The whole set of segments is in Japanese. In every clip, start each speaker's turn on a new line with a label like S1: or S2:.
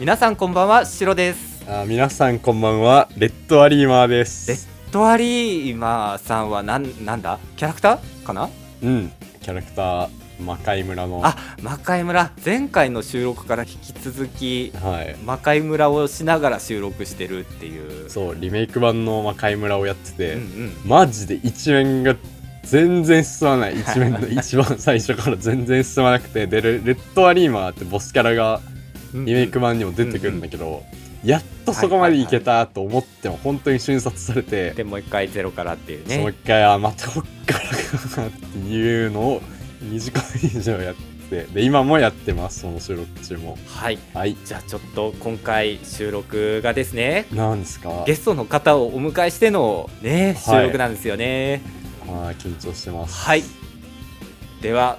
S1: 皆さんこんばんはシロです
S2: あ皆さんこんばんはレッドアリーマーで
S1: レ
S2: す
S1: ッドアリーマーさんはなんなんだキャラクターかな
S2: うんキャラクター魔界村のは
S1: あ魔界村前回の収録から引き続き
S2: い
S1: 魔界村をしながら収録してるっていう
S2: そうリメイク版の魔界村をやってて、
S1: うんうん
S2: マジで一面が全然進 まない一面の一番最初から全然進まなくてでレレッドアリーマーってボスキャラが
S1: うんうん
S2: リメイク版にも出てくるんだけど、やっとそこまでいけたと思っても本当に瞬殺されて、
S1: でもう一回ゼロからっていう
S2: もう
S1: ね
S2: 一回あまたこっからかっていうのを2時間以上やってで今もやってますその収録中も
S1: はい
S2: はい
S1: じゃあちょっと今回収録がですね
S2: なんですか
S1: ゲストの方をお迎えしてのね収
S2: はい
S1: 録なんですよね
S2: あー緊張してます
S1: はい、では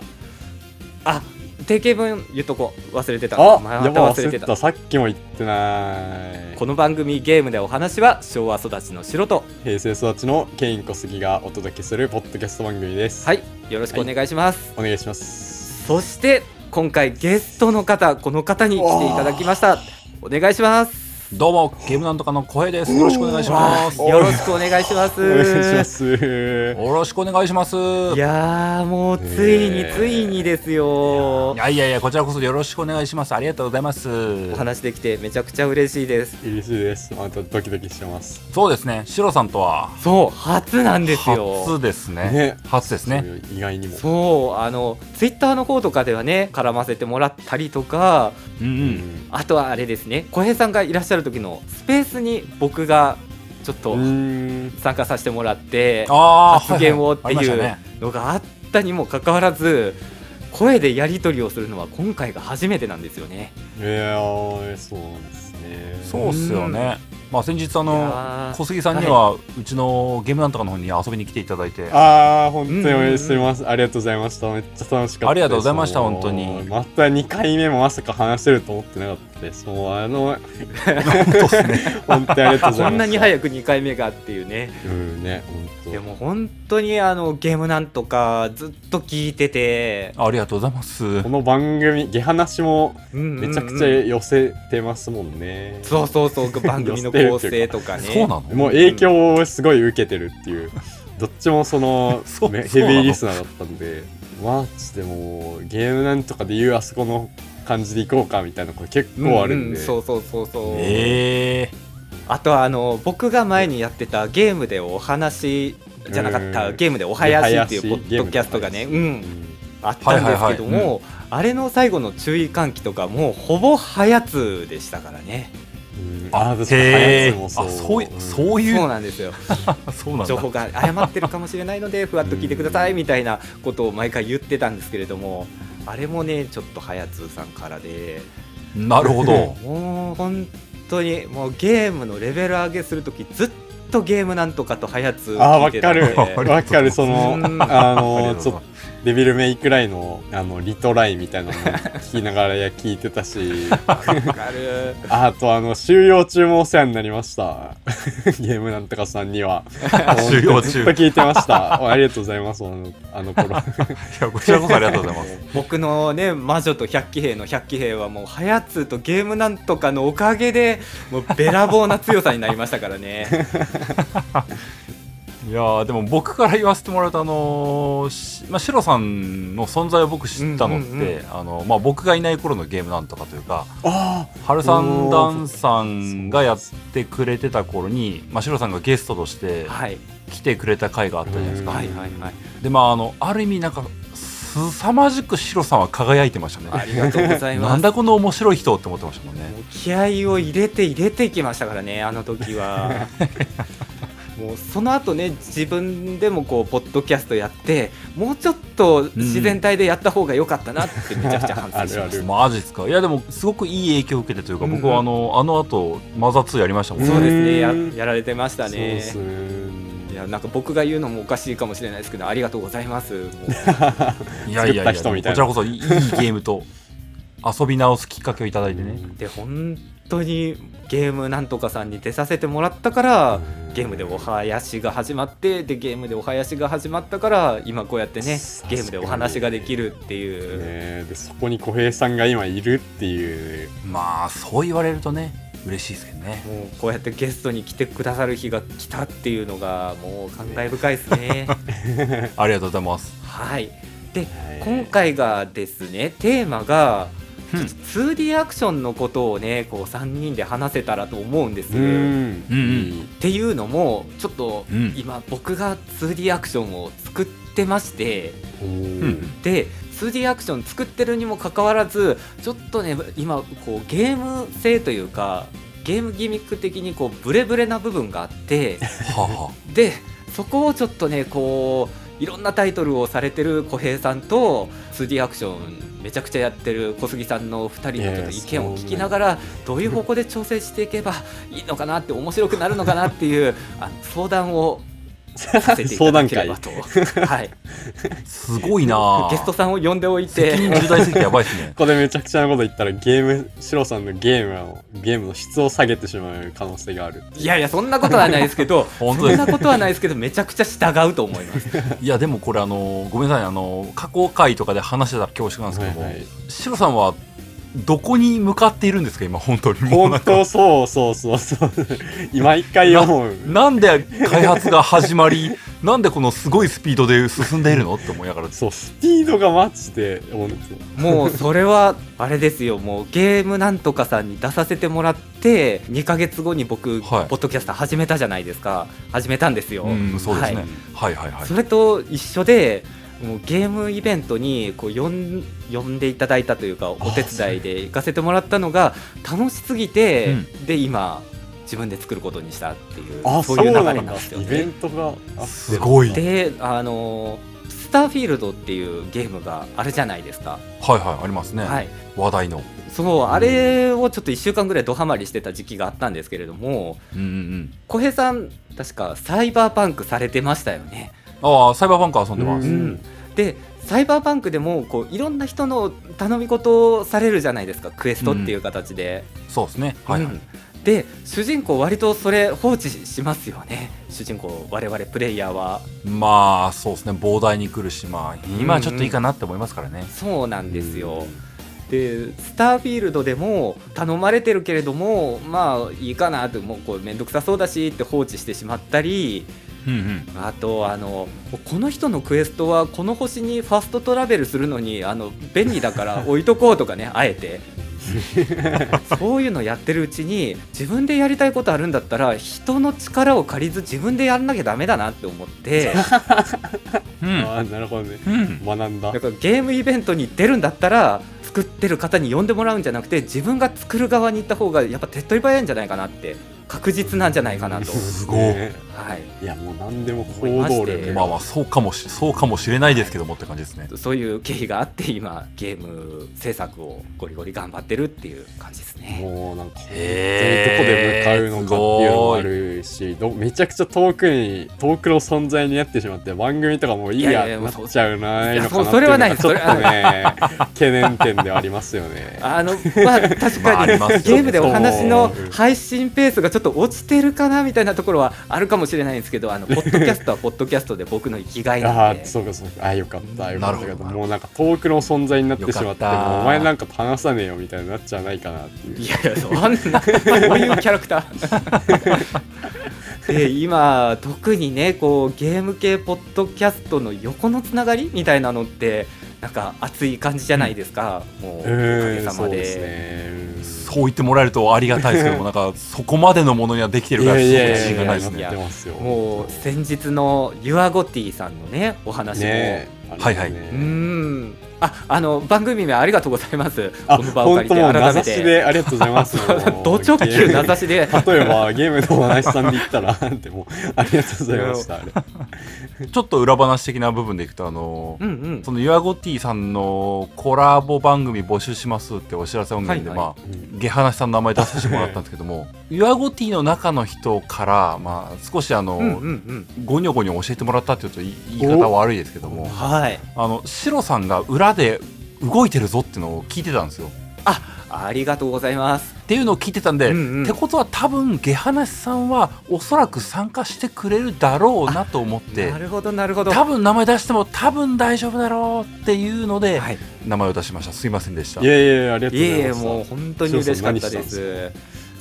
S1: あ定型文言っとこう忘れてた
S2: あ
S1: ま
S2: や
S1: た
S2: ば
S1: 忘
S2: 忘
S1: れ
S2: れ
S1: て
S2: た
S1: た
S2: さっきも言ってない
S1: この番組ゲームでお話は昭和育ちの白と
S2: 平成育ちのケイン小杉がお届けするポッドキャスト番組です
S1: はいよろしくお願いします、
S2: お願いします
S1: そして今回ゲストの方この方に来ていただきましたお願いします
S3: どうも、ゲームなんとかの小平です。よろしくお願いします。よ
S1: よろしくお願いします
S2: お願いします
S3: ろしくお願いします。
S1: いやーもうついに
S2: えー
S1: ついにですよ
S3: いやいやいや、こちらこそよろしくお願いします。ありがとうございます。
S1: お話できてめちゃくちゃ嬉しいです
S2: 嬉しいですまたドキドキしてます
S3: そうですね、シロさんとは
S1: そう初なんですよ
S3: 初ですね。
S2: ね
S3: 初です
S2: そ
S3: ね。
S2: ういう意外にも
S1: そうあのツイッターの方とかではね絡ませてもらったりとか
S3: うん
S2: う
S3: うん。
S2: ん
S1: あとはあれですね小平さんがいらっしゃる時のスペースに僕がちょっと
S2: うん
S1: 参加させてもらって
S3: ああ、
S1: 発言をって
S3: はいはい
S1: い
S3: ありま
S1: うのがあったにもかかわらず声でやり取りをするのは今回が初めてなんですよね。
S2: いやーそうなんですね
S3: したねそうっすよね。まあ、先日、あ
S1: い
S3: の、
S1: やー
S3: 小杉さんには、うちのゲームなんとかの方に遊びに来ていただいて。
S2: ああ、本当に応援してます、ありがとうございました。めっちゃ楽しかったです。
S3: ありがとうございました
S2: もう
S3: 本当に
S2: また2回目もまさか話せると思ってなかったです。もうあの、
S3: 本当っす
S2: 本当にありがとう
S3: ね。
S2: ございます。
S1: こんなに早
S2: く。
S1: く2回目がっていうね
S2: うんね、本当。
S1: でも本当にあのゲームなんとかずっと聞いてて、
S3: ありがとうございます
S2: こ。の番組、下話も
S1: うんうんう
S2: め
S1: ん
S2: ちゃくちゃ寄せてますもんね。
S1: そうそう そう番組の構成とかね
S3: そうなの
S2: もう影響をすごい受けてるって いう、どっちもその
S3: そう
S2: め
S3: そ
S2: ヘ
S3: うなの
S2: ビーリスナーだったんで、マジでもうゲームなんとかで言うあそこの感じでいこうかみたいなこれ結構あるんで、
S1: ううそうそうそうそう、
S3: ええ。
S1: あとはあの僕が前にやってたゲームでお話じゃなかった、
S2: うん
S1: ゲームでお囃子っていう
S2: お囃子
S1: ポッドキャストがね、
S2: ゲー
S1: う
S2: ム
S1: ん、あったんですけども、
S3: はいはいは
S1: あれの最後の注意喚起とかもうほぼ早津でしたからね
S2: うん
S3: あ、
S2: ー
S3: へえ。
S2: で
S3: あ、
S2: も
S3: そうい、
S2: う
S3: そうい
S1: そう
S3: う、
S1: なんですよ
S3: そうなんだ
S1: 情。報が誤ってるかもしれない のでふわっと聞いてくださいみたいなことを毎回言ってたんですけれどもあれもねちょっと早津さんからで
S3: なるほど。
S1: もう本当にもうゲームのレベル上げするときずっとゲームなんとかとはやつ
S2: んあー
S1: 聞い
S2: わ
S1: てた
S2: か
S1: ので
S2: るわかるその
S1: うん
S2: あ
S3: あ
S2: の
S3: り
S2: ちょ
S3: がとうございま
S2: っ
S3: す
S2: とデビルメイクライのあのリトライみたいなのも聞きながらや聞いてた し
S1: わかる
S2: あとあの収容中もお世話になりました ゲームなんとかさんには
S3: 収容中
S2: ずっと聞いてましたありがとうございますあのあの頃
S3: いや、こちらこそありがとうございます。
S1: 僕のね魔女と百鬼兵の百鬼兵はもうはやつとゲームなんとかのおかげでもうべらぼうな強さになりましたからね
S3: いやーでも僕から言わせてもらうとあのーしまあ、シロさんの存在を僕知ったのって、
S1: うんうんうん
S3: あのまあ、僕がいない頃のゲームなんとかというか
S2: あ
S3: ハルさんダンさんがやってくれてた頃に、まあ、シロさんがゲストとして
S1: はい
S3: 来てくれた回があったじゃないです
S2: うん
S3: か
S1: はいはいはい
S3: でまああのある意味なんか凄まじくシロさんは輝いてました
S1: あ
S3: ね
S1: りがとうござい
S3: な
S1: ま
S3: ん
S1: す
S3: だこの面白い人って思ってましたもんね
S1: もう気合を入れて入れていきましたからね、あの時は。もうその後ね、自分でもこうポッドキャストやって、もうちょっと自然体でやった方が良かったなって、めちゃくちゃ反省しま
S2: あるあ
S1: し
S2: る
S3: マジですかいやでもすごくいい影響を受けてというか、僕はあのあの後マザー2やりましたもん
S1: た。
S3: ね、
S1: そうですね、や
S2: うん
S1: やられてまし
S2: あ
S1: たね。
S2: そうっすね
S1: いやなんか僕が言うのもおかしいかもしれないですけど、ありがとうございます。 もう
S3: いやいやいや
S2: 作った人みたいな
S3: こちらこそいいゲームと遊び直すきっかけをいただいてね。
S1: で、本当にゲームなんとかさんに出させてもらったからゲームでお囃子が始まってでゲームでお囃子が始まったから今こうやってね
S2: 確かに
S1: ゲームでお話ができるっていう、
S2: ね、でそこに小平さんが今いるっていう
S3: まあそう言われるとね嬉しいですけどね
S1: もうこうやってゲストに来てくださる日が来たっていうのがもう感慨深いですね。
S3: ありがとうございます
S1: はいで今回がですねテーマが
S3: うん
S1: 2D アクションのことをねこう3人で話せたらと思うんです。
S2: う
S1: っ
S2: ん
S3: うんうん
S1: ていうのもちょっと
S3: うん
S1: 今僕が 2D アクションを作ってまして
S2: お
S3: う
S2: ー
S3: ん
S1: で 2D アクション作ってるにもかかわらずちょっとね今こうゲーム性というかゲームギミック的にこうブレブレな部分があって。
S3: は
S1: でそこをちょっとねこういろんなタイトルをされてる小平さんと 2D アクションめちゃくちゃやってる小杉さんの2人のちょっと意見を聞きながらどういう方向で調整していけばいいのかなって面白くなるのかなっていうあの相談をさせていただければと、はい、
S3: あすごいな
S1: ゲストさんを呼んでおい
S3: 責任
S1: て
S3: 重大すぎてやばいですね
S2: ここでめちゃくちゃなこと言ったらゲームシロさんのゲームのゲームの質を下げてしまう可能性がある
S1: いやいやそんなことはないですけど
S3: 本当
S1: そ
S3: で
S1: ん
S3: す
S1: なことはないですけどめちゃくちゃ従うと思います。
S3: いやでもこれあのごめんなさいあの過去回とかで話してたら恐縮なんですけども、
S2: はいはい
S3: シロさんはどこに向かっているんですか今本当にも
S2: 本
S3: うなんか
S2: 当そうそうそうそう今一回思う
S3: なんで開発が始まり なんでこのすごいスピードで進んでいるのって思いながら
S2: そうスピードがマジでもう
S1: もうそれはあれですよもうゲームなんとかさんに出させてもらって2ヶ月後に僕、
S3: はい
S1: ポッドキャスター始めたじゃないですか始めたんですよ、
S3: うんそうですね、
S1: はい
S3: はい、はいはい
S1: それと一緒でもうゲームイベントにこう呼ん呼んでいただいたというかお手伝いで行かせてもらったのが楽しすぎて、
S3: うん
S1: で今自分で作ることにしたっていう
S2: あ
S1: そ
S2: そう
S1: ういう
S2: な
S1: 流れ
S2: ん
S1: な
S2: だ
S1: んですよ
S2: イベ
S1: ね
S2: ン。トがあって
S3: すごいはい
S1: であのスターフィールドっていうゲームがあるじゃないですか。
S3: はいありますね、
S1: はい
S3: 話題の
S1: そうあれをちょっと1週間ぐらいドハマりしてた時期があったんですけれども
S3: うんうんうん
S1: 小平さん確かサイバーパンクされてましたよね。
S3: ああサイバーバンク遊んでま
S2: う
S3: す、
S2: ん
S1: でサイバーパンクでもこういろんな人の頼み事をされるじゃないですかクエストっていう形で。
S3: そうですねはいはい、
S1: うんで主人公割とそれ放置しますよね主人公我々プレイヤーは
S3: まあそうですね膨大に来るしまあ今はちょっといいかなって思いますからね、
S1: そうなんですよ。でスターフィールドでも頼まれてるけれどもまあいいかなってもうこう面倒くさそうだしって放置してしまったり
S3: うんうん
S1: あとあのこの人のクエストはこの星にファストトラベルするのにあの便利だから置いとこうとかねあえてそういうのやってるうちに自分でやりたいことあるんだったら人の力を借りず自分でやらなきゃダメだなって思って
S3: うん
S2: あーなるほどね
S3: うん
S2: 学んだ。
S1: だからゲームイベントに出るんだったら作ってる方に呼んでもらうんじゃなくて自分が作る側に行った方がやっぱ手っ取り早いんじゃないかなって確実なんじゃないかなと
S3: すごい
S2: ね
S1: はい
S2: いやもう何でも行動力
S3: まあまあそうかもしそうかもしれないですけどもって感じですね
S1: そういう経緯があって今ゲーム制作をゴリゴリ頑張ってるっていう感じですね。
S2: もうなんか本当にどこ
S3: へー
S2: で向かうのかっていうのもあるしどめちゃくちゃ遠くに遠くの存在になってしまって番組とかもういい
S1: い
S2: や
S1: やいや
S2: なっちゃうな
S1: そう
S2: いのかなって
S1: そ
S2: いう
S1: れ
S2: の
S1: はない
S2: がちょっとね懸念点ではありますよね。
S1: あの まあ確
S3: まあ
S1: か
S3: あ
S1: に
S3: りますよ
S1: ゲームでお話の
S2: そう
S1: 配信ペースがちょっと落ちてるかなみたいなところはあるかもしれないんですけどあ のポッドキャストはポッドキャストで僕の生きがいな
S2: あ
S1: ん
S2: あ
S1: で
S2: そうかそうかあよかったよかった
S3: なるほど
S2: もうなんか遠くの存在になってしま
S3: よ
S2: って
S3: かった
S2: もうお前なんか話さねえよみたいになっちゃわないかなっていう
S1: いやいやそんなそういうキャラクター で今特にねこうゲーム系ポッドキャストの横のつながりみたいなのってなんか熱い感じじゃないですか、もうおか
S2: う
S1: げ
S2: ん
S1: さ
S2: そ
S1: ま
S2: う
S1: で。
S2: ですねうん
S3: そう言ってもらえるとありがたいです けどもなんかそこまでのものにはできてる
S2: い
S3: から
S2: や
S3: ちょっ
S2: い
S3: と
S2: やいや
S3: 自信が
S2: い
S3: な
S2: やな
S3: いです
S2: っ
S3: ね
S2: てますよ
S1: もう先日のユアゴティさんのねお話も、
S2: ねえ
S3: はいはい
S2: あります
S1: うー
S2: ね
S1: んああの番組名ありがとうございます
S2: あ、
S1: この場を
S2: 本
S1: 借り
S2: 当
S1: て
S2: もう名
S1: 改め
S2: 指してでありがとうございます。 もう
S1: ド直球名指し で
S2: 例えばゲームのお話さんで言ったら、でもありがとうございました。あれ
S3: ちょっと裏話的な部分でいくとあの
S1: うんうん
S3: そのユアゴティさんのコラボ番組募集しますってお知らせ音源で、
S1: はいは
S3: まあゲハナシさんの名前出させてもらったんですけど もユアゴティの中の人から、まあ、少しあの、
S1: うんうんうん
S3: ゴニョゴニョ教えてもらったっていうと言い言い方は悪いですけども
S1: はい
S3: あのシロさんが裏で動いてるぞっていうのを聞いてたんですよ
S1: ありがとうございます
S3: っていうのを聞いてたんで、
S1: うんうん
S3: ってことは多分下話さんはおそらく参加してくれるだろうなと思って
S1: なるほどなるほど
S3: 多分名前出しても多分大丈夫だろうっていうので、
S1: はい
S3: 名前を出しましたすいませんでした
S2: いやいやいやありがとう
S1: い
S2: ござ
S1: えい
S2: い
S1: え
S2: ます
S1: もう本当に嬉しかった
S2: そうそう
S1: で
S2: 何したん
S1: す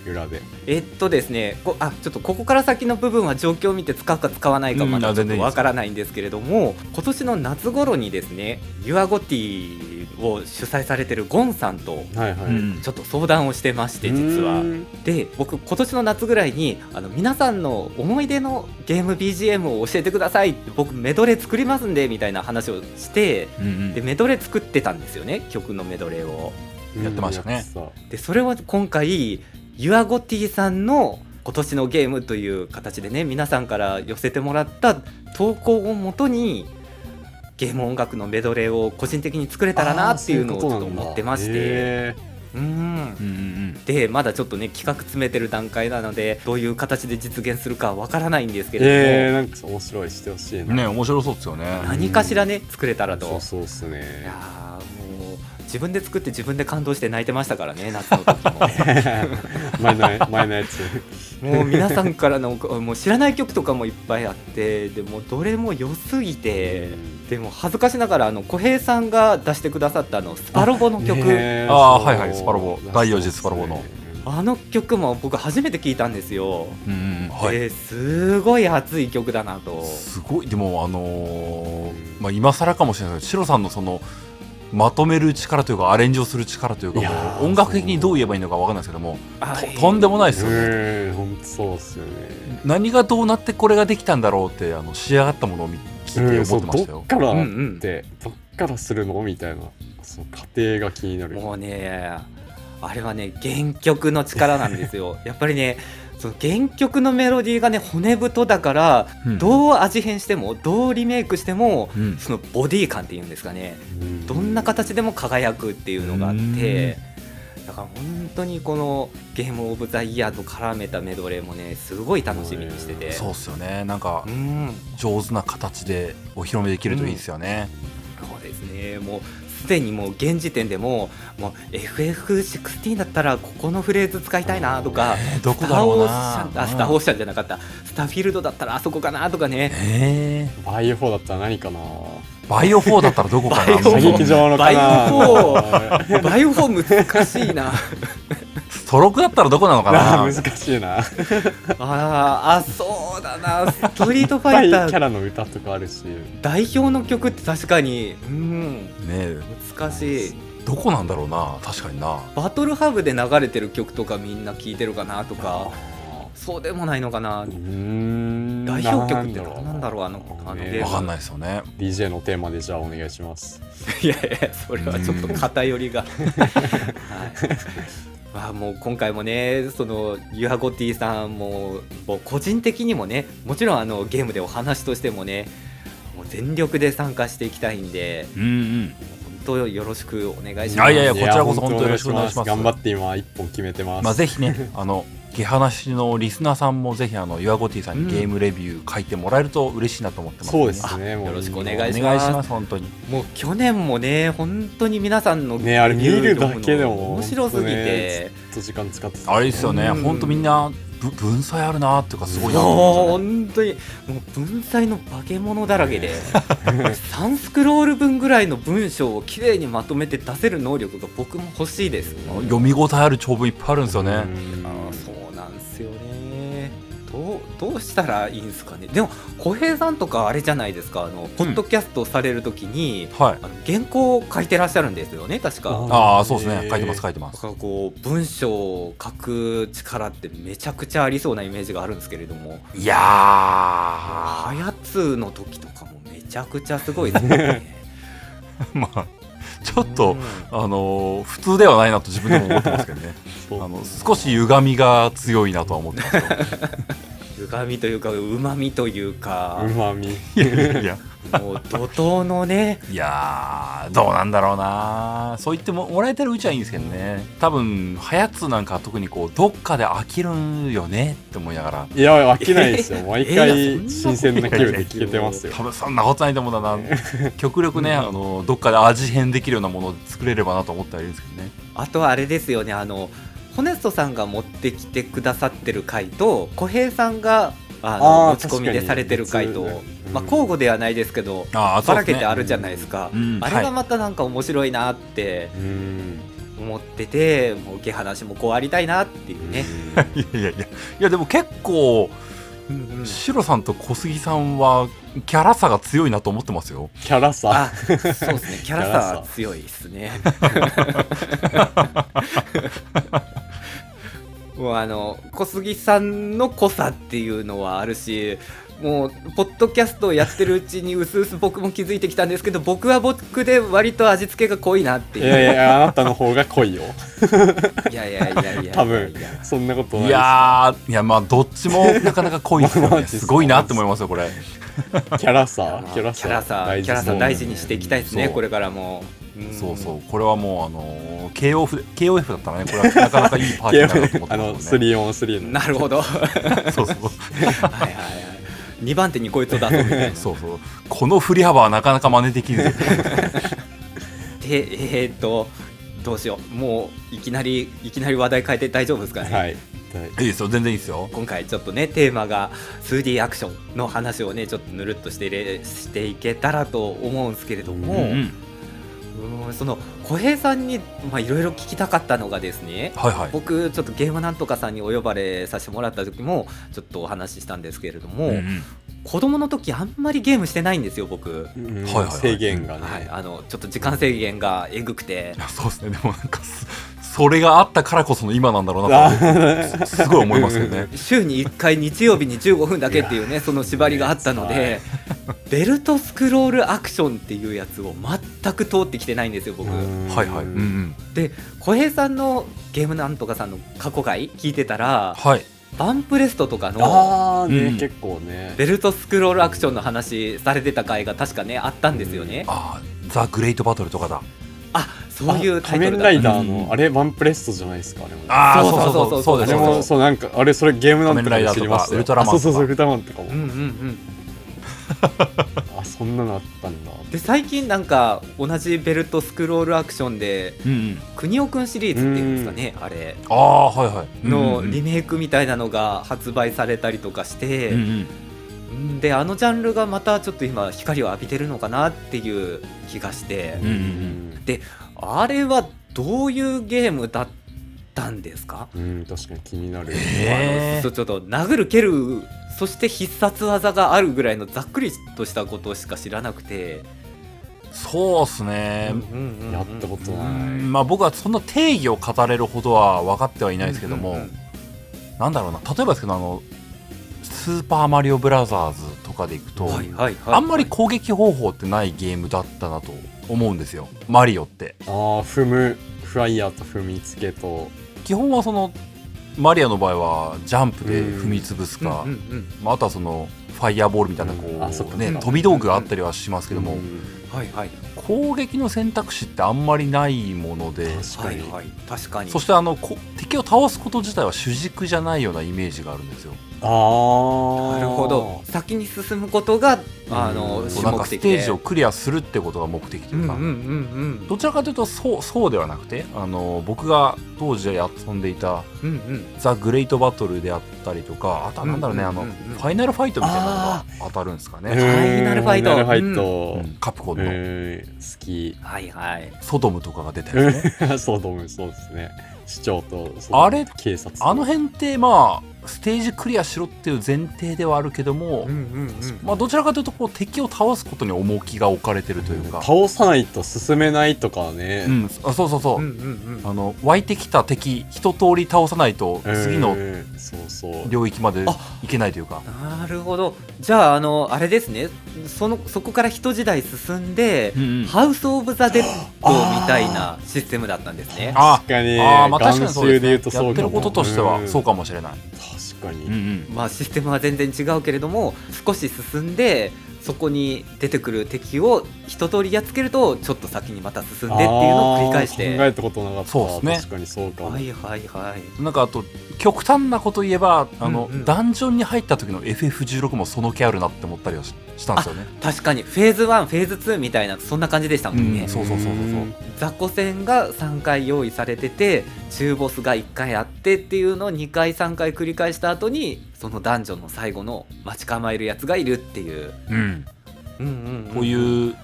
S2: 裏で
S1: えっとですねこあちょっとここから先の部分は状況を見て使うか使わないかま
S3: う
S1: だ
S3: ん
S1: ちょ
S3: 全
S1: っ
S3: 然い
S1: と
S3: いです
S1: わからないんですけれども、今年の夏頃にですねユアゴティを主催されてるゴンさんと
S2: はいはい、
S3: うん
S1: ちょっと相談をしてまして実は
S2: うーん
S1: で僕今年の夏ぐらいにあの皆さんの思い出のゲーム BGM を教えてくださいって僕メドレー作りますんでみたいな話をして
S3: うんうん
S1: でメドレー作ってたんですよね曲のメドレーを
S3: やってましたね
S2: うんやって
S1: でそれを今回ユアゴティさんの今年のゲームという形でね皆さんから寄せてもらった投稿をもとにゲーム音楽のメドレーを個人的に作れ
S2: た
S1: たらなっていうのをちょっと思ってまして
S2: へ
S1: うん
S3: うんうん
S1: でまだちょっとね企画詰めてる段階なのでどういう形で実現するかわからないんですけ
S2: え
S1: れども、
S2: えー、なんか面白いしてほしい
S3: うん
S2: な、
S3: ね面白そうですよね
S1: 何かしらね作れたらと
S2: そうそうっすね
S1: いや ーもう自分で作って自分で感動して泣いてましたからね夏の時 も
S2: 前の前のやつ
S1: もう皆さんからのもう知らない曲とかもいっぱいあってでもうどれも良すぎてでも恥ずかしながらあの小平さんが出してくださったあのスパロボの曲あ,、
S2: ねえ
S3: あー
S2: そう
S3: はいはいスパロボ
S2: そう
S3: 第四次スパロボの
S1: の曲も僕初めて聞いたんですよ、
S3: うんうんうんはい
S1: ですごい熱い曲だなと
S3: すごいでもあのーまあ、今更かもしれないけどシロさんのそのまとめる力というかアレンジをする力というか
S2: いや
S3: も
S2: ー
S3: う音楽的にどう言えばいいのかわかんないですけども
S1: あ
S3: ととんでもないですよね、
S2: うん本当そうっすよね
S3: 何がどうなってこれができたんだろうってあの仕上がったものを見聞いて
S2: うん
S3: 思
S2: そ
S3: っ
S2: う
S3: てました
S2: どっ
S3: よ、
S2: から
S1: うんう
S2: っ
S1: ん
S2: てどっからするのみたいなその過程が気になる
S1: もうねあれはね原曲の力なんです よやっぱりねその原曲のメロディーがね骨太だから
S3: うん
S1: どう味変してもどうリメイクしても
S3: うん
S1: そのボディ感っていうんですかね
S2: うん
S1: どんな形でも輝くっていうのがあってだから本当にこのゲームオブザイヤーと絡めたメドレーもねすごい楽しみにしてて
S3: そうっすよねなんか
S1: うん
S3: 上手な形でお披露目できるといいですよね、
S1: そうですねもうすでにもう現時点でももう FF16 だったらここのフレーズ使いたいなとか
S3: えーどこだろうな
S1: スターオーシャンあスターオーシャンじゃなかったスターフィールドだったらあそこかなとかね
S3: え
S2: バイオ4だったら何かな
S3: ーバイオ4だったらどこかな
S1: バイオ
S2: 射
S1: 4
S2: 撃 場のかな
S1: ババイオフォーム難しいな
S3: ストロークだったらどこなのか
S2: な
S3: な
S2: あ難しいな
S1: あーあそうだなストリートフ
S2: バ
S1: ァ
S2: イ
S1: イ
S2: キ
S1: ター
S2: ャラの歌とかあるし
S1: 代表の曲って確かにうん
S3: ね
S1: 難しい
S3: えどこなんだろうな確かにな
S1: バトルハブで流れてる曲とかみんな聴いてるかなとかそうでもないのかな
S2: うーん
S1: 代表曲って何なんだろうあのあのゲーム
S3: わかんないですよね
S2: DJ のテーマでじゃあお願いします
S1: いやいやそれはちょっと偏りが、 はいまあもう今回もねそのユアゴティさんももう個人的にもねもちろんあのゲームでお話としてもねもう全力で参加していきたいんで
S3: うんうん
S1: 本当よろしくお願いします
S3: あいやいやこちらこそ本当よろしくお願いします
S2: 頑張って今一本決めてます、
S3: まあ、ぜひね、 あの、ゲハナシのリスナーさんもぜひ、あの、ユアゴティさんにゲームレビュー書いてもらえると嬉しいなと思ってます、
S2: そうですねもう
S1: よろしくお願
S3: お
S1: い
S3: 願いし
S1: お願いし
S3: ま、
S1: ます
S3: 本当に。
S1: もう去年もね本当に皆さんの
S2: ねあれ見るだけでも
S1: 面白すぎて
S2: ずっと時間使って
S3: あれですよね、
S1: うん
S3: 本当みんな、ぶ文才あるなっていうか、すごいなと
S1: もう
S3: 思いま
S1: 本当にもう文才の化け物だらけで3スクロール分ぐらいの文章をきれいにまとめて出せる能力が僕も欲しいです
S3: したね読み応えある長文いっぱいあるんですよね。
S1: あーそうなんですよねどうどうしたらいいんですかねでも小平さんとかあれじゃないですかあのポッドキャストされるときに、
S3: はい。
S1: あの原稿を書いてらっしゃるんですよね確か
S3: ああ、そうですね、書いてます、
S2: か
S3: 書いてま
S1: だ
S3: す。
S1: からこう文章を書く力ってめちゃくちゃありそうなイメージがあるんですけれども
S3: いやー、
S1: はやつの時とかもめちゃくちゃすごいですね。
S3: まあ、 ちょっと
S1: うん、
S3: あのー普通ではないなと自分でも思ってますけどね。あの、少し歪みが強いなとは思ってますけ
S1: 歪みというかうまみというか
S2: う、まみ
S3: ど。いやいやいや。
S1: もう怒涛のね
S3: いやーどうなんだろうなそう言ってももらえてるうちはいいんですけどね多分はやつなんか特にこうどっかで飽きるよねって思いながら
S2: いや飽きないですよ毎
S1: え
S2: 回
S1: ー
S2: 新鮮な気分で聞けてますよ
S3: 多分そんなことないと思うんだな極力ね、あのどっかで味変できるようなものを作れればなと思ってはいるんですけどね
S1: あとはあれですよねあのホネストさんが持ってきてくださってる回と小平さんがあ
S2: あ
S1: の
S2: ー
S1: 持ち込みでされてる回と、
S2: 確かに別
S1: まあ、
S2: うん
S1: 交互ではないですけど
S3: ああ
S1: ばらけ
S3: そうです
S1: てあるじゃないですか、
S3: うん
S1: あれがまたなんか面白いなって
S2: うん
S1: 思ってて、もう受け話もこうありたいなっていうね、
S3: いやいやいやいやでも結構
S1: うんうん
S3: シロさんと小杉さんはキャラ差が強いなと思ってますよ
S2: キャラさ
S1: あそうですねキャラさ強いですねもうあの小杉さんの濃さっていうのはあるしもうポッドキャストをやってるうちにうすうす僕も気づいてきたんですけど僕は僕で割と味付けが濃いなって
S2: い
S1: いう
S2: やいやあなたの方が濃いよ
S1: いやいやいやいやいや
S2: 多分そんなことない
S3: いやーいやまあどっちもなかなか濃 いですよ
S2: マジ
S3: ね
S2: っすか
S3: すごいなって思いますよこれ
S2: キャラ
S1: いや
S2: さ
S1: まあ
S2: キャラ
S1: キャラさ
S2: さ
S1: キャラさ大事
S2: に
S1: にしていきたいですね
S3: そう
S1: これからも
S3: そうそううこれはもうあのー KOF, KOF だったらねこれはなかなかいいパーティーだなと思って
S2: あの
S3: ますもんね
S2: 3 on 3の
S1: なるほどはい
S3: そうそう
S1: はいはい2番手にこいつを出そうみたい な
S3: そうそうこの振り幅はなかなか真似できる
S1: でえーっとどうしようもういきなりいきなり話題変えて大丈夫ですかね、
S2: はい
S3: いいですよ全然いいですよ
S1: 今回ちょっとねテーマが 2D アクションの話をねちょっとぬるっとしてれしていけたらと思うんですけれども、
S2: う
S3: うんうん
S1: うーんその小平さんにまあいろいろ聞きたかったのがですね
S3: はいはい
S1: 僕ちょっとゲームなんとかさんにお呼ばれさせてもらった時もちょっとお話ししたんですけれども、
S3: うんうん
S1: 子供の時あんまりゲームしてないんですよ僕、
S2: うん
S3: はいはいはい
S2: 制限が
S1: はい、
S2: ね
S1: あのちょっと時間制限がえぐくて
S3: いやそうですねでもなんかすそれがあったからこその今なんだろうなと
S2: あ
S3: すすごい思いますよね
S1: 週に1回日曜日に15分だけっていうねその縛りがあったのでベルトスクロールアクションっていうやつを全く通ってきてないんですよ僕
S3: はいはい、うんうん、
S1: で小平さんのゲームなんとかさんの過去回聞いてたら
S3: はい
S1: バンプレストとかの
S2: ああね、
S3: うん
S2: 結構ね
S1: ベルトスクロールアクションの話されてた回が確かねあったんですよね
S3: あーザ・グレート・バトルとかだ
S1: あそういう
S2: あ
S1: タイ
S2: 仮
S1: トル
S2: 面
S1: だ
S2: ラ
S1: っ
S2: イダー
S3: う
S2: の
S3: ん
S2: あれワンプレストじゃないですかあれも
S3: ああ
S1: そ
S3: そうう
S1: そう
S3: そうそう
S1: そ
S3: そうう
S1: そ
S3: で
S1: う
S2: あれも
S3: すそうです
S2: そうなんかあれそれゲームなんとかで知りました
S3: 仮面ライダーとか
S2: よ
S3: ウルトラマンとか
S2: あそうそうそうウルトラマンとかも
S1: たうんうんうん
S2: あそんなのあったんだ
S1: で最近なんか同じベルトスクロールアクションで
S3: うんうん
S1: 「クニオくん」シリーズっていうんですかねあれ
S3: ああはいはい
S1: の
S3: うんうん
S1: リメイクみたいなのが発売されたりとかして、
S3: うんうん
S1: うんであのジャンルがまたちょっと今光を浴びてるのかなっていう気がして、
S3: うん
S1: あれはどういうゲームだったんですか、
S2: うん、うん確かに気になる、
S3: へ
S1: ちょちょっと殴る蹴るそして必殺技があるぐらいのざっくりとしたことしか知らなくて、
S3: ーそうっすね、
S1: うんうんうん
S2: やったこと
S3: う
S2: ない、
S3: んまあ、僕はそんな定義を語れるほどは分かってはいないですけども、
S1: うんうんうん
S3: なんだろうな例えばですけどあの「スーパーマリオブラザーズ」とかでいくと、
S1: はいはいはい
S3: あんまり攻撃方法ってないゲームだったなと思うんですよマリオって
S2: ああ踏むフライヤーと踏みつけと
S3: 基本はそのマリアの場合はジャンプで踏み潰すか、
S1: うんうんうん
S3: まあ、あとはそのファイヤーボールみたいなこう、
S2: うんあそっか
S3: ね
S1: うん
S3: 飛び道具があったりはしますけども、
S2: うん
S1: はいはい
S3: 攻撃の選択肢ってあんまりないもので
S2: 確か
S1: はい
S2: に、
S1: はい確かに
S3: そしてあのこ敵を倒すこと自体は主軸じゃないようなイメージがあるんですよ。
S2: ああ
S1: なるほど先に進むことがあ
S2: う
S1: の
S2: ん
S1: 主
S3: そうなん
S1: 目
S3: かス
S1: 的
S3: テ
S1: で
S3: ージをクリアするってことが目的と
S1: うん
S3: いう
S1: う
S3: うんか、
S1: んうん
S3: どちらかというとそうそうではなくてあの僕が当時遊んでいた
S1: うんうん
S3: 「ザ・グレイト・バトル」であったりとかあとはなんだろうね、
S1: うんうんうんうん
S3: あのファイナルファイトみたいなのが当たるんですか
S2: フ
S3: ね、
S1: ァイナルファイト
S2: ファイナルファイト
S3: うんカプコ
S2: う
S3: ンの、
S2: ん好き
S1: はいはい
S3: ソドムとかが出たやつね。
S2: うんソドムそうですね市長とソドム
S3: あれ
S2: 警察と
S3: あの辺ってまあステージクリアしろっていう前提ではあるけども、
S1: うんうんうん
S3: まあ、どちらかというとこう敵を倒すことに重きが置かれてるというか、
S2: 倒さないと進めないとかね、
S3: うん、あそうそうそう、
S1: うんうんうん
S3: あの湧いてきた敵一通り倒さないと
S2: うん
S3: 次の
S2: そうそう
S3: 領域まで
S1: あ
S3: いけないというか、
S1: なるほどじゃああのあれですねそのそこから一時代進んで
S3: うんうん
S1: ハウス・オブ・ザ・デッドみたいなシステムだったんですね
S3: あ
S2: 確かに
S3: あーまあ確かにそう
S2: 眼臭で
S3: です、ね、
S2: 言うとそうかも
S3: やってることとしてはそう
S2: か
S3: かもしれない、
S2: 確かに、
S3: うんうん
S1: まあシステムは全然違うけれども少し進んでそこに出てくる敵を一通りやっつけるとちょっと先にまた進んでっていうのを繰り返して
S2: あー考えたことなかった
S3: そうっすね
S2: 確かにそうかも、
S1: はいはいはい
S3: なんかあと極端なこと言えばあの、
S1: うんうん
S3: ダンジョンに入った時の FF16 もその気あるなって思ったりはししたんですよね。
S1: 確かにフェーズ1フェーズ2みたいなそんな感じでしたもんね、
S3: うんそうそうそうそうそう
S1: 雑魚戦が3回用意されてて中ボスが1回あってっていうのを2回3回繰り返した後にそのダンジョンの最後の待ち構えるやつがいるっていう、
S3: うん、
S1: うんうん
S3: こういう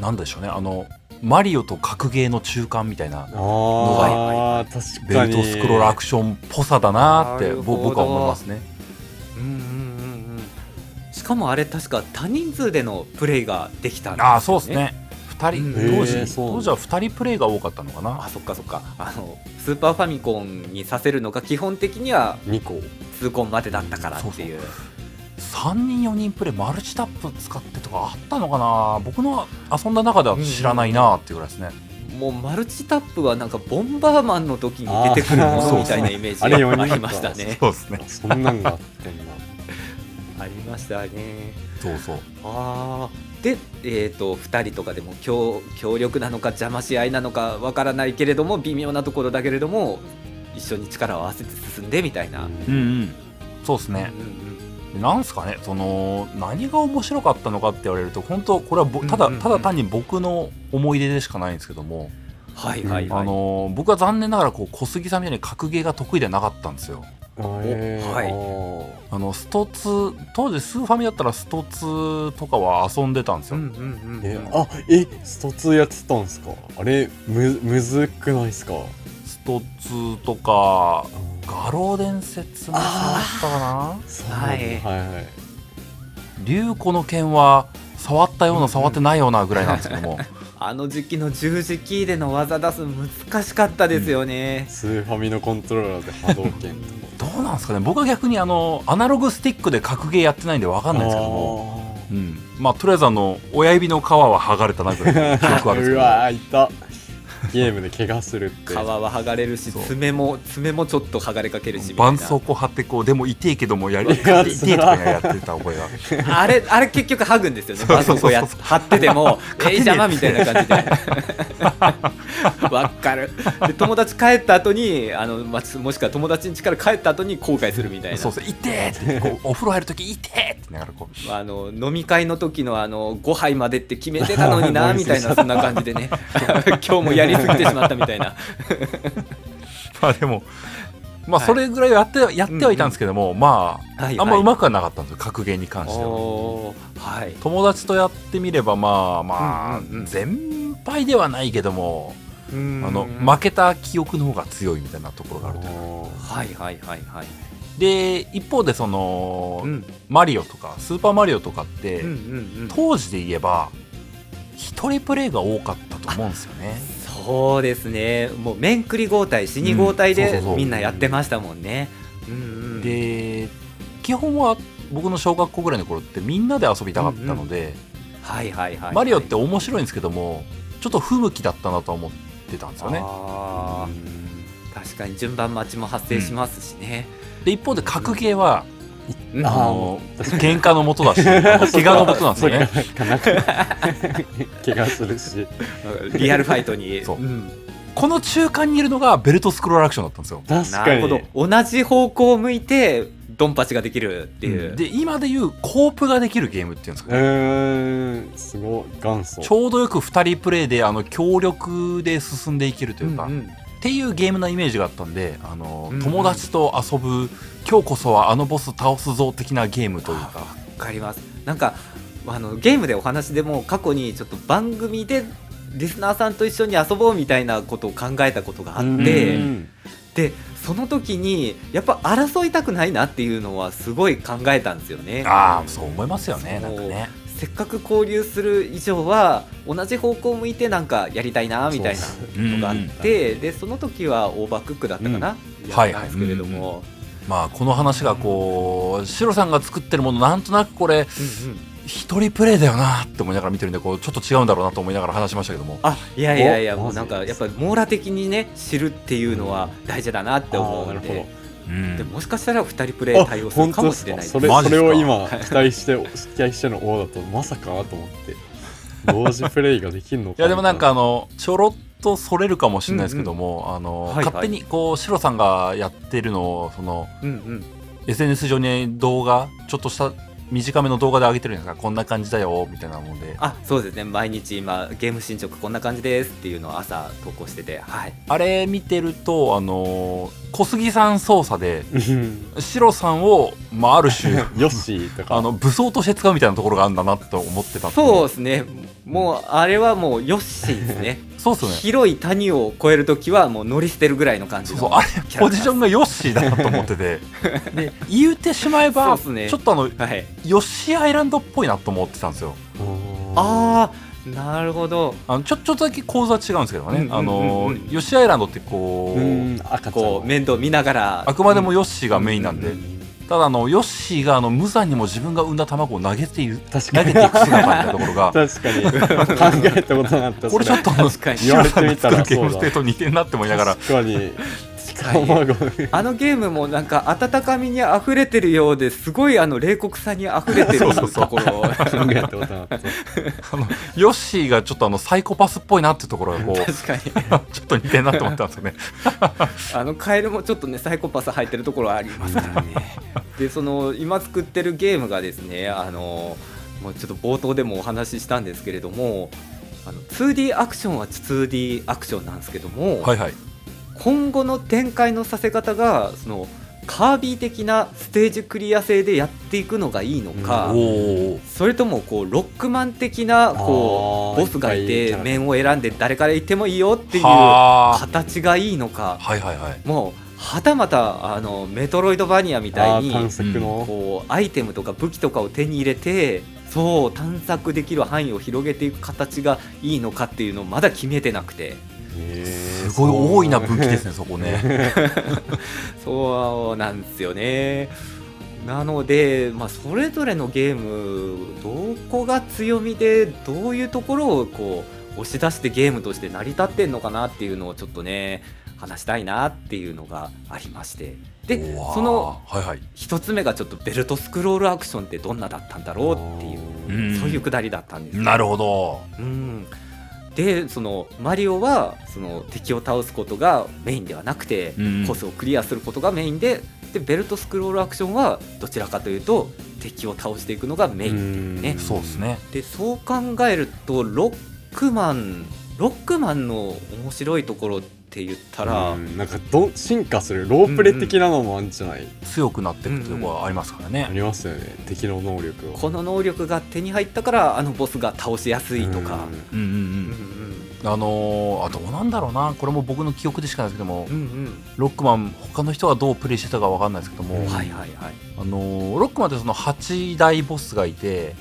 S3: なんでしょうねあのマリオと格ゲーの中間みたいな
S2: ああ確
S3: ベ
S2: か
S3: ル
S2: に
S3: トスクロールアクションっぽさだなって
S1: なる
S3: ぼ
S1: ほど
S3: 僕は思いますね。
S1: うんうんうんうんしかもあれ確か多人数でのプレイができたんですよ、ね、
S3: ああそうですね二人
S1: うん
S3: 当
S2: へー
S3: 時
S2: そう
S3: 当時は2人プレイが多かったのかな
S1: あそっかそっかあのスーパーファミコンにさせるのが基本的には
S2: 2個
S1: 痛恨までだったからっていう
S3: 3人4人プレイマルチタップ使ってとかあったのかな僕の遊んだ中では知らないなっていうぐらいですね、
S1: もうマルチタップはなんかボンバーマンの時に出てくるものみたいなイメージ
S2: あーそうそう
S1: がありました
S2: あれ
S1: ね
S3: そうですね
S2: そんなんがあって んな
S1: ありましたね
S3: そうそう
S1: あーで、えー、と2人とかでも協協力なのか邪魔し合いなのかわからないけれども微妙なところだけれども一緒に力を合わせて進んでみたいな、うん
S3: うんうんそうです
S1: うん
S3: ねなんすかねその何が面白かったのかって言われると本当これはぼただ
S1: うんうんうん
S3: ただ単に僕の思い出でしかないんですけども、
S1: はいはいはい、
S3: あの僕は残念ながらこう小杉さんみたいに格ゲーが得意ではなかったんですよ
S1: はい
S2: は
S3: あのストツ当時スーファミだったらストツとかは遊んでたんです
S1: う
S3: よ、
S1: んうんうん
S2: えあえスト2やってたんすかあれむむずくないっすか
S3: ストツとか画廊伝説もそうだったかな
S2: そうなんだ
S1: はい
S2: はいはい
S3: 竜子の剣は触ったような触ってないようなぐらいなんですけども、
S1: あの時期の十字キーでの技出すの難しかったですよね、
S2: スーファミのコントローラーで波動拳とか
S3: どうなんですかね僕は逆にあのアナログスティックで格ゲーやってないんでわかんないですけどもうん、まあとりあえずあの親指の皮は剥がれたなぐらい の記憶はあるんです
S2: う
S3: け
S2: わーいたゲームで怪我するって
S1: 皮は剥がれるし
S3: そう
S1: 爪も爪もちょっと剥がれかけるし
S3: ど
S1: みたい
S3: 絆
S1: な
S3: 創膏貼ってこうでも痛いけどもやり
S2: いや
S3: 痛いとかやってた覚えが
S1: あれあれ結局剥ぐんですよね
S3: そう
S1: 絆
S3: そ
S1: 創
S3: うそうそう
S1: 膏や貼ってて も「えい邪魔」みたいな感じで わかるで友達帰った後にあのまもしくは友達の家から帰った後に後悔するみたいな
S3: そうそう痛えって こうお風呂入る時痛えって言いながらこう
S1: あの飲み会の時のあの5杯までって決めてたのにな
S2: 飲
S1: み
S2: みすぎ
S1: たいなそんな感じでね 今日もやりすぎてしまったみたいな
S3: まあでも、まあ
S1: はい
S3: それぐらいはやって,、やってはいたんですけども、まあ、
S1: はい
S3: あんまうまくはなかったんですよ、格ゲーに関しては。
S1: おーはい
S3: 友達とやってみれば、まあまあ、
S1: うんうんうん
S3: 全敗ではないけども、
S1: あ
S3: あの、負けた記憶の方が強いみたいなところがあると。
S1: はいはいはいはい
S3: で、一方で、その、
S1: うん
S3: マリオとか、スーパーマリオとかって、
S1: うんうんうん
S3: 当時で言えば、一人プレイが多かったと思うんですよね。
S1: そうですねもう面繰り交代死に交代
S3: うんそう
S1: で
S3: そうそう
S1: みんなやってましたもんねうんうん
S3: で、基本は僕の小学校ぐらいの頃ってみんなで遊びたかったので、
S1: はいはいはい
S3: マリオって面白いんですけどもちょっと不向きだったなとは思ってたんですよね
S1: あー確かに順番待ちも発生しますしね、
S3: で一方で格ゲーは、
S1: うん
S3: あ
S2: あー
S3: の喧嘩のもとだしあの怪我のもとなんですよね
S2: そっかなんか怪我す るし
S1: リアルファイトに
S3: そうんこの中間にいるのがベルトスクロールアクションだったんですよ
S2: 確
S1: な
S2: か
S1: るほ
S2: に
S1: ど同じ方向を向いてドンパチができるっていう、
S3: で今でいうコープができるゲームっていうんです
S2: う
S3: かね
S2: ーんすごい元祖
S3: ちょうどよく2人プレイであの協力で進んでいけると
S1: う
S3: いうんか、
S1: う
S3: っ
S1: ん
S3: ていうゲームなイメージがあったんであの、
S1: うんうん
S3: 友達と遊ぶ今日こそはあのボス倒すぞ的なゲームというか
S1: わかりますなんかあのゲームでお話でも過去にちょっと番組でリスナーさんと一緒に遊ぼうみたいなことを考えたことがあって、
S2: うん
S1: でその時にやっぱ争いたくないなっていうのはすごい考えたんですよね
S3: ああそう思いますよね
S1: そう
S3: な
S1: ん
S3: かね
S1: せっかく交流する以上は同じ方向向いてなんかやりたいなみたいな
S2: そう
S1: のがあっ
S3: うんうん
S1: てでその時はオーバークックだったかな、やったんですけれども、
S3: まあこの話がこうシロさんが作ってるものなんとなくこれ
S1: うんうん
S3: 一人プレイだよなって思いながら見てるんでこうちょっと違うんだろうなと思いながら話しましたけども
S1: あいやいやいや
S2: お
S1: もうなんかやっぱ網羅的にね知るっていうのは大事だなって思
S2: あ
S1: うん
S2: ーなるほ
S1: で
S2: ど。
S3: うん
S1: でもしかしたら2人プレイ対応するかもしれない
S2: あ本当ですかそ
S3: マジ
S2: れ
S3: っ
S2: それ
S3: すか
S2: を今期待して期待しての王だとまさかなと思って同時プレイができるのか
S3: いやでもなんかあのちょろっとそれるかもしれないですけども、あの
S1: はいはい
S3: 勝手にこうシロさんがやってるのをその
S1: うん
S3: SNS 上に動画ちょっとした短めの動画で上げてるんですかこんな感じだよみたいなもんであ
S1: あそうですね毎日今ゲーム進捗こんな感じですっていうのを朝投稿しててはい
S3: れ見てるとあの小杉さん操作で
S2: うん
S3: シロさんを、まあ、ある 種
S2: ヨッシーとか
S3: あの武装として使うみたいなところがあるんだなと思ってたんで
S1: そうですねもうあれはもうヨッシーですね
S3: そうっすよね
S1: 広い谷を越えるときはもう乗り捨てるぐらいの感じ
S3: そう
S1: の
S3: そうあれ
S1: キャラクター
S3: ポジションがヨッシーだなと思っ ててで言うてしまえば、
S1: そうっすね
S3: ちょっとあの
S1: はい
S3: ヨッシーアイランドっぽいなと思ってたんですよ
S1: ああなるほど
S3: あのちょちょっとだけ構図は違うんですけど
S1: う
S3: ね、
S1: んうんうんうん
S3: あのヨッシーアイランドってこ
S2: ー
S3: う、
S2: うん赤ちゃん
S1: こう面倒見ながら
S3: あくまでもヨッシーがメインなんで、
S2: うん
S3: ただあのヨッシーがあの無残にも自分が産んだ卵を投げている
S2: 確か
S3: 投
S2: に
S3: げていく姿みたいなところが
S2: 確かに考えたことなかった
S3: これちょっとあの
S1: 確かに
S3: シロさんが作るゲ
S2: 言わ
S3: ー
S2: れてみたらそうだ
S3: ムステと似てんなって思いながら
S2: 確かに
S1: 近い
S2: 卵
S1: あのゲームもなんか温かみに溢れてるようですごいあの冷酷さに溢れてる
S3: そうそうそう
S1: ところ
S2: 考えたことなかった
S3: あのヨッシーがちょっとあのサイコパスっぽいなっていうところが こう
S1: 確かに
S3: ちょっと似てんなって思ったんですよね。
S1: あのカエルもちょっとねサイコパス入ってるところはありますからね でその今作ってるゲームがですねあのもうちょっと冒頭でもお話ししたんですけれどもあの 2D アクションは 2D アクションなんですけども、
S3: はいはい
S1: 今後の展開のさせ方がそのカービィ的なステージクリア性でやっていくのがいいの
S3: お
S1: か、
S3: ー
S1: それともこうロックマン的なこ
S2: あ
S1: う
S2: ー
S1: ボスがい
S2: いっぱいいるキ
S1: て
S2: ャラ
S1: 面を選んで誰から行ってもいいよっていう
S3: はー
S1: 形がいいのか
S3: はいはいはい
S1: もうはたまたあのメトロイドバニアみた
S2: あ
S1: い
S2: ー
S1: に
S2: 探索の
S1: こうアイテムとか武器とかを手に入れてそう探索できる範囲を広げていく形がいいのかっていうのをまだ決めてなくて
S2: す
S3: すごい多いな分岐ですねそこね。
S1: そうなんですよね。なので、まあ、それぞれのゲームどこが強みでどういうところをこう押し出してゲームとして成り立ってんのかなっていうのをちょっとね話したいなっていうのがありましてで
S3: うわー
S1: その
S3: はいはい
S1: 1つ目がちょっとベルトスクロールアクションってどんなだったんだろうっていうう、
S3: ん
S1: そういうくだりだったんですよ
S3: なるほど。
S1: うん、でそのマリオはその敵を倒すことがメインではなくて、
S3: うん
S1: コースをクリアすることがメインででベルトスクロールアクションはどちらかというと敵を倒していくのがメイン、ね
S3: そうですね。
S1: でそう考えるとロックマンロックマンの面白いところって言ったら、
S2: うんなんかどん進化するロープレ的なのもあるんじゃない、
S3: 強くなっていくというところはありますからね。
S2: ありますよね敵の能力を
S1: この能力が手に入ったからあのボスが倒しやすいとか。
S3: うんうん
S1: うん
S3: うんあのーあどうなんだろうなこれも僕の記憶でしかないですけども
S1: うんうん
S3: ロックマン他の人がどうプレイしてたかわかんないですけども、
S1: う、
S2: うんん
S1: はいはいはい、
S3: あのーロックマンってその8大ボスがいて、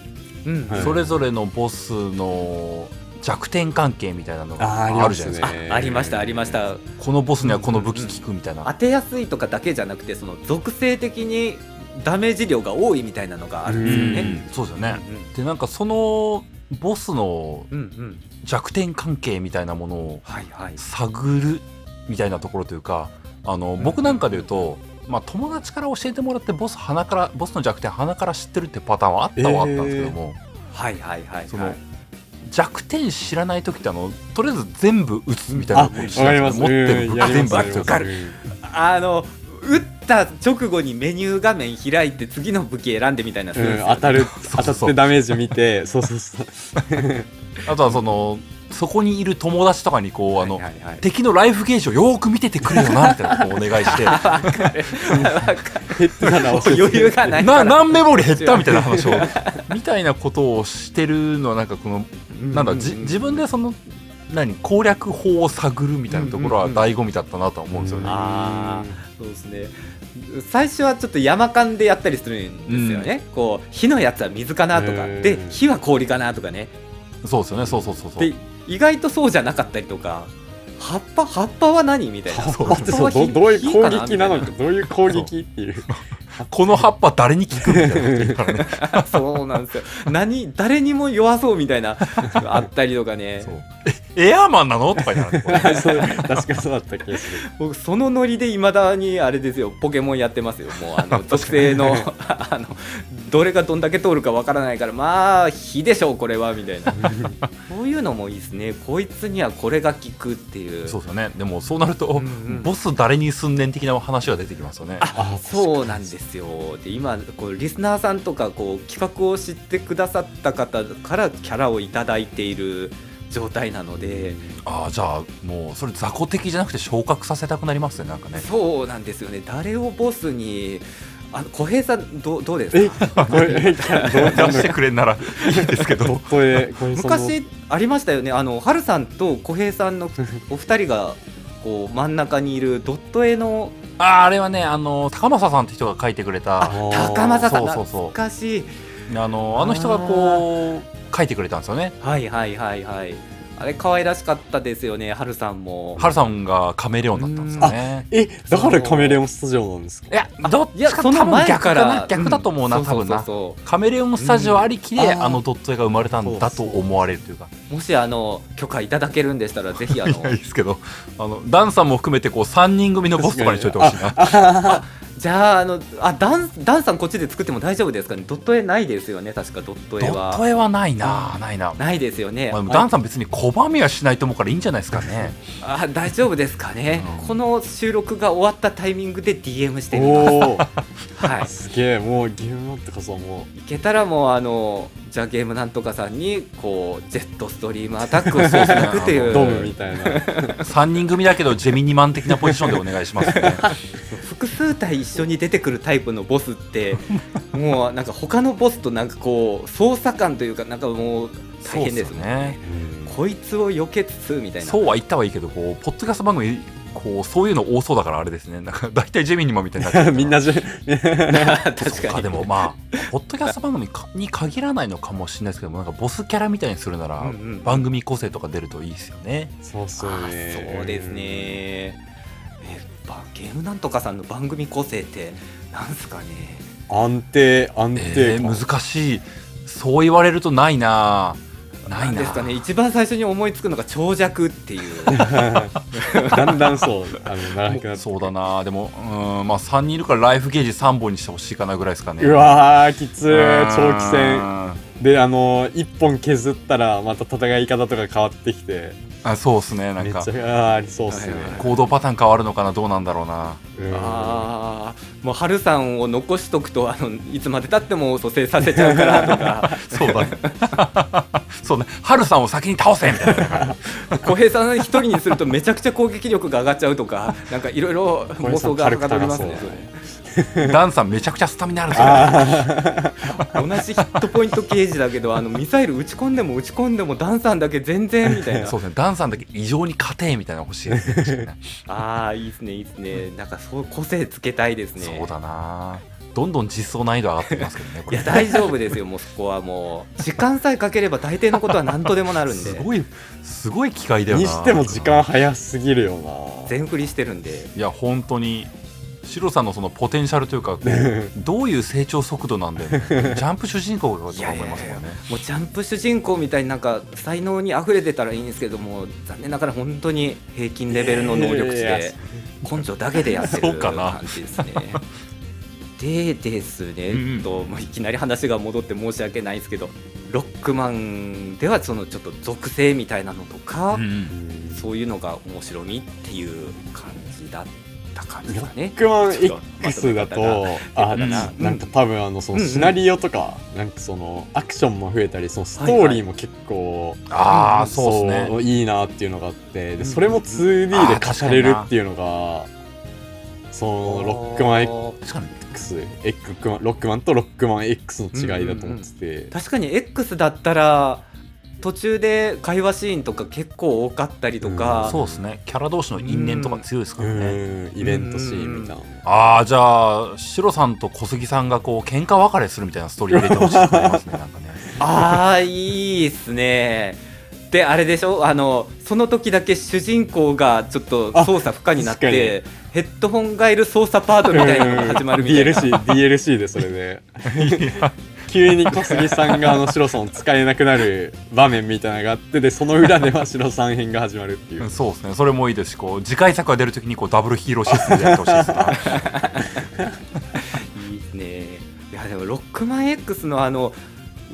S1: うん
S2: はい
S3: それぞれのボスの弱点関係みたいなの
S2: あー
S3: があ
S2: あり
S3: る
S2: ま
S3: じゃ
S2: す
S3: ないです
S2: ね
S3: か
S1: あありましたありました
S3: このボスにはこの武器効くみたいな、
S1: 当てやすいとかだけじゃなくてその属性的にダメージ量が多いみたいなのがあるんですよ
S3: う
S1: ね。
S3: んそうですよ
S1: う
S3: ね、
S1: ん
S3: でなんかそのボスの
S1: うんうん
S3: 弱点関係みたいなものを
S1: はいはい。
S3: 探るみたいなところというかあの
S2: ん
S3: 僕なんかで言うと、まあ、友達から教えてもらってボス鼻からボスの弱点鼻から知ってるってパターンはあったはあったんですけども、
S1: はいはいはい
S3: そ
S1: は
S3: の
S1: い。
S3: 弱点知らない時ってあのとりあえず全部打つみたいなことし
S2: わか
S3: な
S2: り
S3: いで
S2: ますす
S3: か持ってる武器全部打つ
S1: わかるあの打った直後にメニュー画面開いて次の武器選んでみたいなす
S2: う
S1: るんです
S2: ん
S1: よね
S2: 当たる
S3: う
S2: 当
S3: そ
S2: た
S3: う
S2: ってダメージ見てそうそうそう
S3: あとはそのそこにいる友達とかにこうあの、
S1: はいはいはい
S3: 敵のライフゲージをよーく見ててくれよなみたいなことをお願いして
S2: 減ってたら
S1: もう
S2: 教えて
S1: 余裕がないか
S3: な
S1: ら。
S3: 何メモリ減ったみたいな話をみたいなことをしてるのはなんかこのなんだじ自分でその何攻略法を探るみたいなところ
S1: う
S3: は
S1: んうんうん
S3: 醍醐味だったなとは思うんですよね。
S1: あそうですね。最初はちょっと山間でやったりするんですよね。こう火のやつは水かなとか
S2: へー
S1: で火は氷かなとかね。
S3: そうですよね。そうそうそうそう。
S1: で意外とそうじゃなかったりとか葉っぱ葉っぱは何みたいな
S2: 葉っぱってそうどどういう攻撃なのかどういう攻撃って いう
S3: この葉っぱ誰に効くみたいなこと言う から ね。
S1: かそうなんですよ何誰にも弱そうみたいなあったりとかね
S3: そうエアーマンなのとか言われ てこれ
S2: そう確かそうだった気がする
S1: 僕そのノリでいまだにあれですよポケモンやってますよもうあ の属性の あのどれがどんだけ通るかわからないからまあ火でしょうこれはみたい なそういうのもいいですねこいつにはこれが効くっていう
S3: そうですよねでもそうなると、
S1: うんうん
S3: ボス誰にすんねん的な話が出てきますよね
S2: あ
S1: そうなんですよで今こうリスナーさんとかこう企画を知ってくださった方からキャラをいただいている状態なので、
S3: ああじゃあもうそれ雑魚的じゃなくて昇格させたくなりますねなんかね
S1: そうなんですよね誰をボスにあの小平さんどうどうですか
S2: えこれえどう
S3: 出
S2: なの
S3: してくれんな らいいですけど
S2: これこれその
S1: 昔ありましたよねあの春さんと小平さん のお二人がこう真ん中にいるドット絵の
S3: あああれはねあの高政さんって人が書いてくれたあ
S2: あー
S1: 高政さん
S3: そうそうそう
S1: 懐かしい
S3: のあの人がこう書いてくれたんですよね
S1: はいはいはいはいあれ可愛らしかったですよね春さんも
S3: ハルさんがカメレオンだったんですよね
S2: えだからカメレオンスタジオなんですか
S3: いやどっ
S1: いや
S3: ちか
S1: その前
S3: 多分逆
S1: か
S3: だな
S1: ら
S3: 逆だと思うな、
S1: ん
S3: 多分な
S1: そうそうそう
S3: カメレオンスタジオありきで、
S2: うん
S3: あのドット絵が生まれたんだと
S2: そうそう
S3: 思われるというか
S1: そうもしあの許可いただけるんでしたらぜひあの
S3: いやいいですけどあのダンさんも含めてこう3人組のボスとかにしといてほしいな
S1: じゃああのあダンダンさんこっちで作っても大丈夫ですかねドット絵ないですよね確かドット
S3: ド
S1: 絵
S3: ッ
S1: は
S3: ト絵はないなないな、ま
S1: ないですよね
S3: あ、でもダンさん別に拒みはしないと思うからいいんじゃないですか ね
S1: あ大丈夫ですかね、
S3: うん
S1: この収録が終わったタイミングで DM してみま
S2: おお
S1: す、は
S2: すげえもうゲームマンとかさも
S1: い、いけたらもうあのじゃあゲームなんとかさんにこうジェットストリームアタックをしていただくってい
S2: う
S1: う
S2: ドームみたいな
S3: 3人組だけどジェミニマン的なポジションでお願いしますね
S1: 複数体一緒に出てくるタイプのボスって もうなんか他のボスとなんかこう操作感というかなんかもう 大変です
S3: そうっ
S1: も
S3: す
S1: ん
S3: よ
S1: ね
S3: ね
S1: こいつを避けつつみたいな
S3: そうは言ったはいいけどこうポッドキャスト番組こうそういうの多そうだからあれですねなんか大体ジェミニマンみたいになっちゃう から
S2: みんなじ ゅ
S1: 確
S3: そっ
S1: か
S3: か
S1: に
S3: でもまあポッドキャスト番組かに限らないのかもしれないですけどもなんかボスキャラみたいにするなら、
S1: うんうん
S3: 番組個性とか出るといいですよね
S2: そうっすよ
S1: あ
S2: ね
S1: そうですね、えばゲームなんとかさんの番組構成ってなんすかね
S2: 安定安
S3: え
S2: 定
S3: ー
S2: 感
S3: 難しいそう言われるとないなない
S1: ん
S3: な
S1: ですかね一番最初に思いつくのが長尺っていう
S2: だんだんそうあの長くなって
S3: そうだなでもうーんまあ3人いるからライフゲージ3本にしてほしいかなぐらいですかね
S2: うわーきつ
S3: う
S2: い
S3: ーん
S2: 長期戦であの一本削ったらまた戦い方とか変わってきて
S3: あそうっすねな
S2: め
S3: ん
S2: っち
S3: か
S2: ゃあーありそうっすね
S1: はいはい
S3: 行動パターン変わるのかなどうなんだ ろうな
S2: うん
S1: ああもう春さんを残しとくとあのいつまでたっても蘇生させちゃうからとか
S3: そうだね そうね春さんを先に倒せみたい な
S1: 小平さん一人にするとめちゃくちゃ攻撃力が上がっちゃうとかなんかいろいろ妄想が上がりますね
S2: 小平さん軽く高そうだ
S3: ダンさんめちゃくちゃスタミナある
S1: 同
S3: ぞ
S1: じヒットポイントゲージだけどあのミサイル撃ち込んでも撃ち込んでもダンさんだけ全然みたいな
S3: そうですね、ダンさんだけ異常に家庭みたいなの欲しいですね。
S1: ああいいですねいいですねなんかそう個性つけたいですね
S3: そうだな。どんどん実装難易度上がってきますけどね、
S1: い
S3: これ。
S1: や大丈夫ですよもうそこはもう時間さえかければ大抵のことは何とでもなるん
S3: す
S1: で
S3: ごい、すごい機械だよな。
S2: にしても時間。早すぎるよな
S1: 全振りしてるんで
S3: いや、本当に。シロさんのそのポテンシャルというか、こうどういう成長速度なんだよ。ジャンプ主人公がとか思いますもんね。
S1: もうジャンプ主人公みたいになんか才能に溢れてたらいいんですけども残念ながら本当に平均レベルの能力値
S2: いやいやい
S1: で根性だけでやって
S3: そう
S1: る
S3: かな
S1: 感じですね。でですね、
S3: うん
S1: えっともういきなり話が戻って申し訳ないんですけどロックマンではそのちょっと属性みたいなのとか、
S3: うん
S2: うん
S1: そういうのが面白みっていう感じだった感じです
S2: ロ
S1: かね
S2: ッ。クマン X だ
S1: ちょ
S2: と、あ
S1: うん
S2: なんか多分あのその
S1: うん
S2: シナリオとか、なんかそのアクションも増えたり、そのストーリーも結構、
S3: ああ、そうですね。
S2: そういいなっていうのがあって、
S1: うん
S2: でそれも 2D で
S3: あー
S2: 語れるっていうのが、そのロックマン
S3: 確かに
S2: X、エックマンロックマンとロックマン X の違いだと思ってて、
S1: 確かに X だったら途中で会話シーンとか結構多かったりとか、
S3: そうですね。キャラ同士の因縁とか強いですか
S2: う
S3: らね。
S2: んイベントシーンみたいな。
S3: ああ、じゃあ、シロさんと小杉さんがこう喧嘩別れするみたいなストーリー入れてほしくなりますね。なんかね。
S1: あーいいっすねであれでしょあのその時だけ主人公がちょっと操作不可になってヘッドホンがいる操作パートみたいなのが始まるみたいな、
S2: うん DLC、DLC でそれで。急に小杉さんがあのシロさんを使えなくなる場面みたいなのがあってでその裏ではシロさん編が始まるっていう
S3: そうですねそれもいいですしこう次回作が出るときにこうダブルヒーローシステムでやってほしいですね
S1: いいですねいやでもロックマン X のあの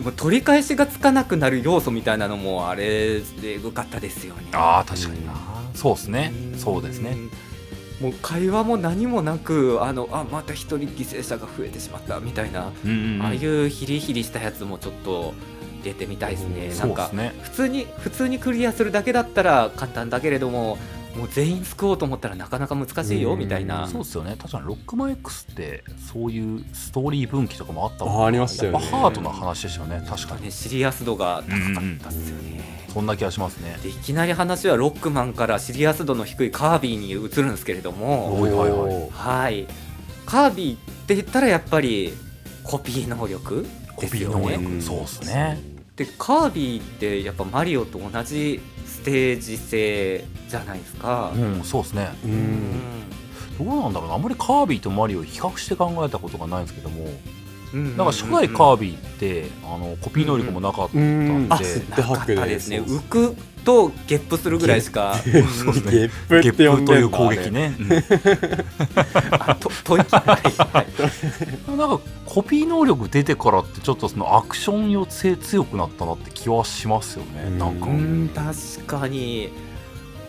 S1: もう取り返しがつかなくなる要素みたいなのもあれでよかったですよね
S3: ああ確かになそうですね
S1: ん
S3: そうですね
S1: もう会話も何もなくあのあまた一人犠牲者が増えてしまったみたいな、
S3: うんうんうん
S1: ああいうヒリヒリしたやつもちょっと出てみたいですね、な
S3: そ
S1: ん
S3: うで
S1: か
S3: すね
S1: 普通に普通にクリアするだけだったら簡単だけれどももう全員救おうと思ったらなかなか難しいよ
S2: うん
S1: みたいな
S3: そうですよね確かにロックマン X ってそういうストーリー分岐とかもあった
S2: あ
S3: もん
S2: ありました
S3: やっ
S2: よ
S3: ぱ
S2: ね
S3: ハートな話でしたよね確かに
S1: ねシリアス度が高かったっすよね、
S3: そんな気がしますね
S1: でいきなり話はロックマンからシリアス度の低いカービィに移るんですけれども、
S3: はいはいはい
S2: おー
S1: はいカービィって言ったらやっぱりコピー能力
S3: コ
S1: です
S3: ピー
S1: よ
S3: 能
S1: ね
S3: 力、
S2: うん
S3: そうですね
S1: でカービィってやっぱマリオと同じステージ性じゃないですか
S3: う、んそうですね
S2: う
S1: うんん
S3: どうなんだろうなあんまりカービィとマリオを比較して考えたことがないんですけども
S1: うん
S3: なんか初代カービィってあのコピー能力もなかった
S2: うんん
S3: で
S2: あ吸って
S1: な
S2: 吐
S1: かっ
S2: く
S1: た
S2: で
S1: ですね浮くとゲップするぐらいしか
S3: そうです
S2: ゲ
S3: ね
S2: ップ
S3: ゲ
S2: っ
S3: ップ
S2: て呼ん
S3: と
S2: で
S3: い
S2: ん
S3: う
S2: だ
S3: 攻撃ね、
S1: あと 吐息はい
S3: うんなんかコピー能力出てからってちょっとそのアクション余性強くなったなって気はしますよね、
S2: うん
S3: なんか
S1: うーん確かに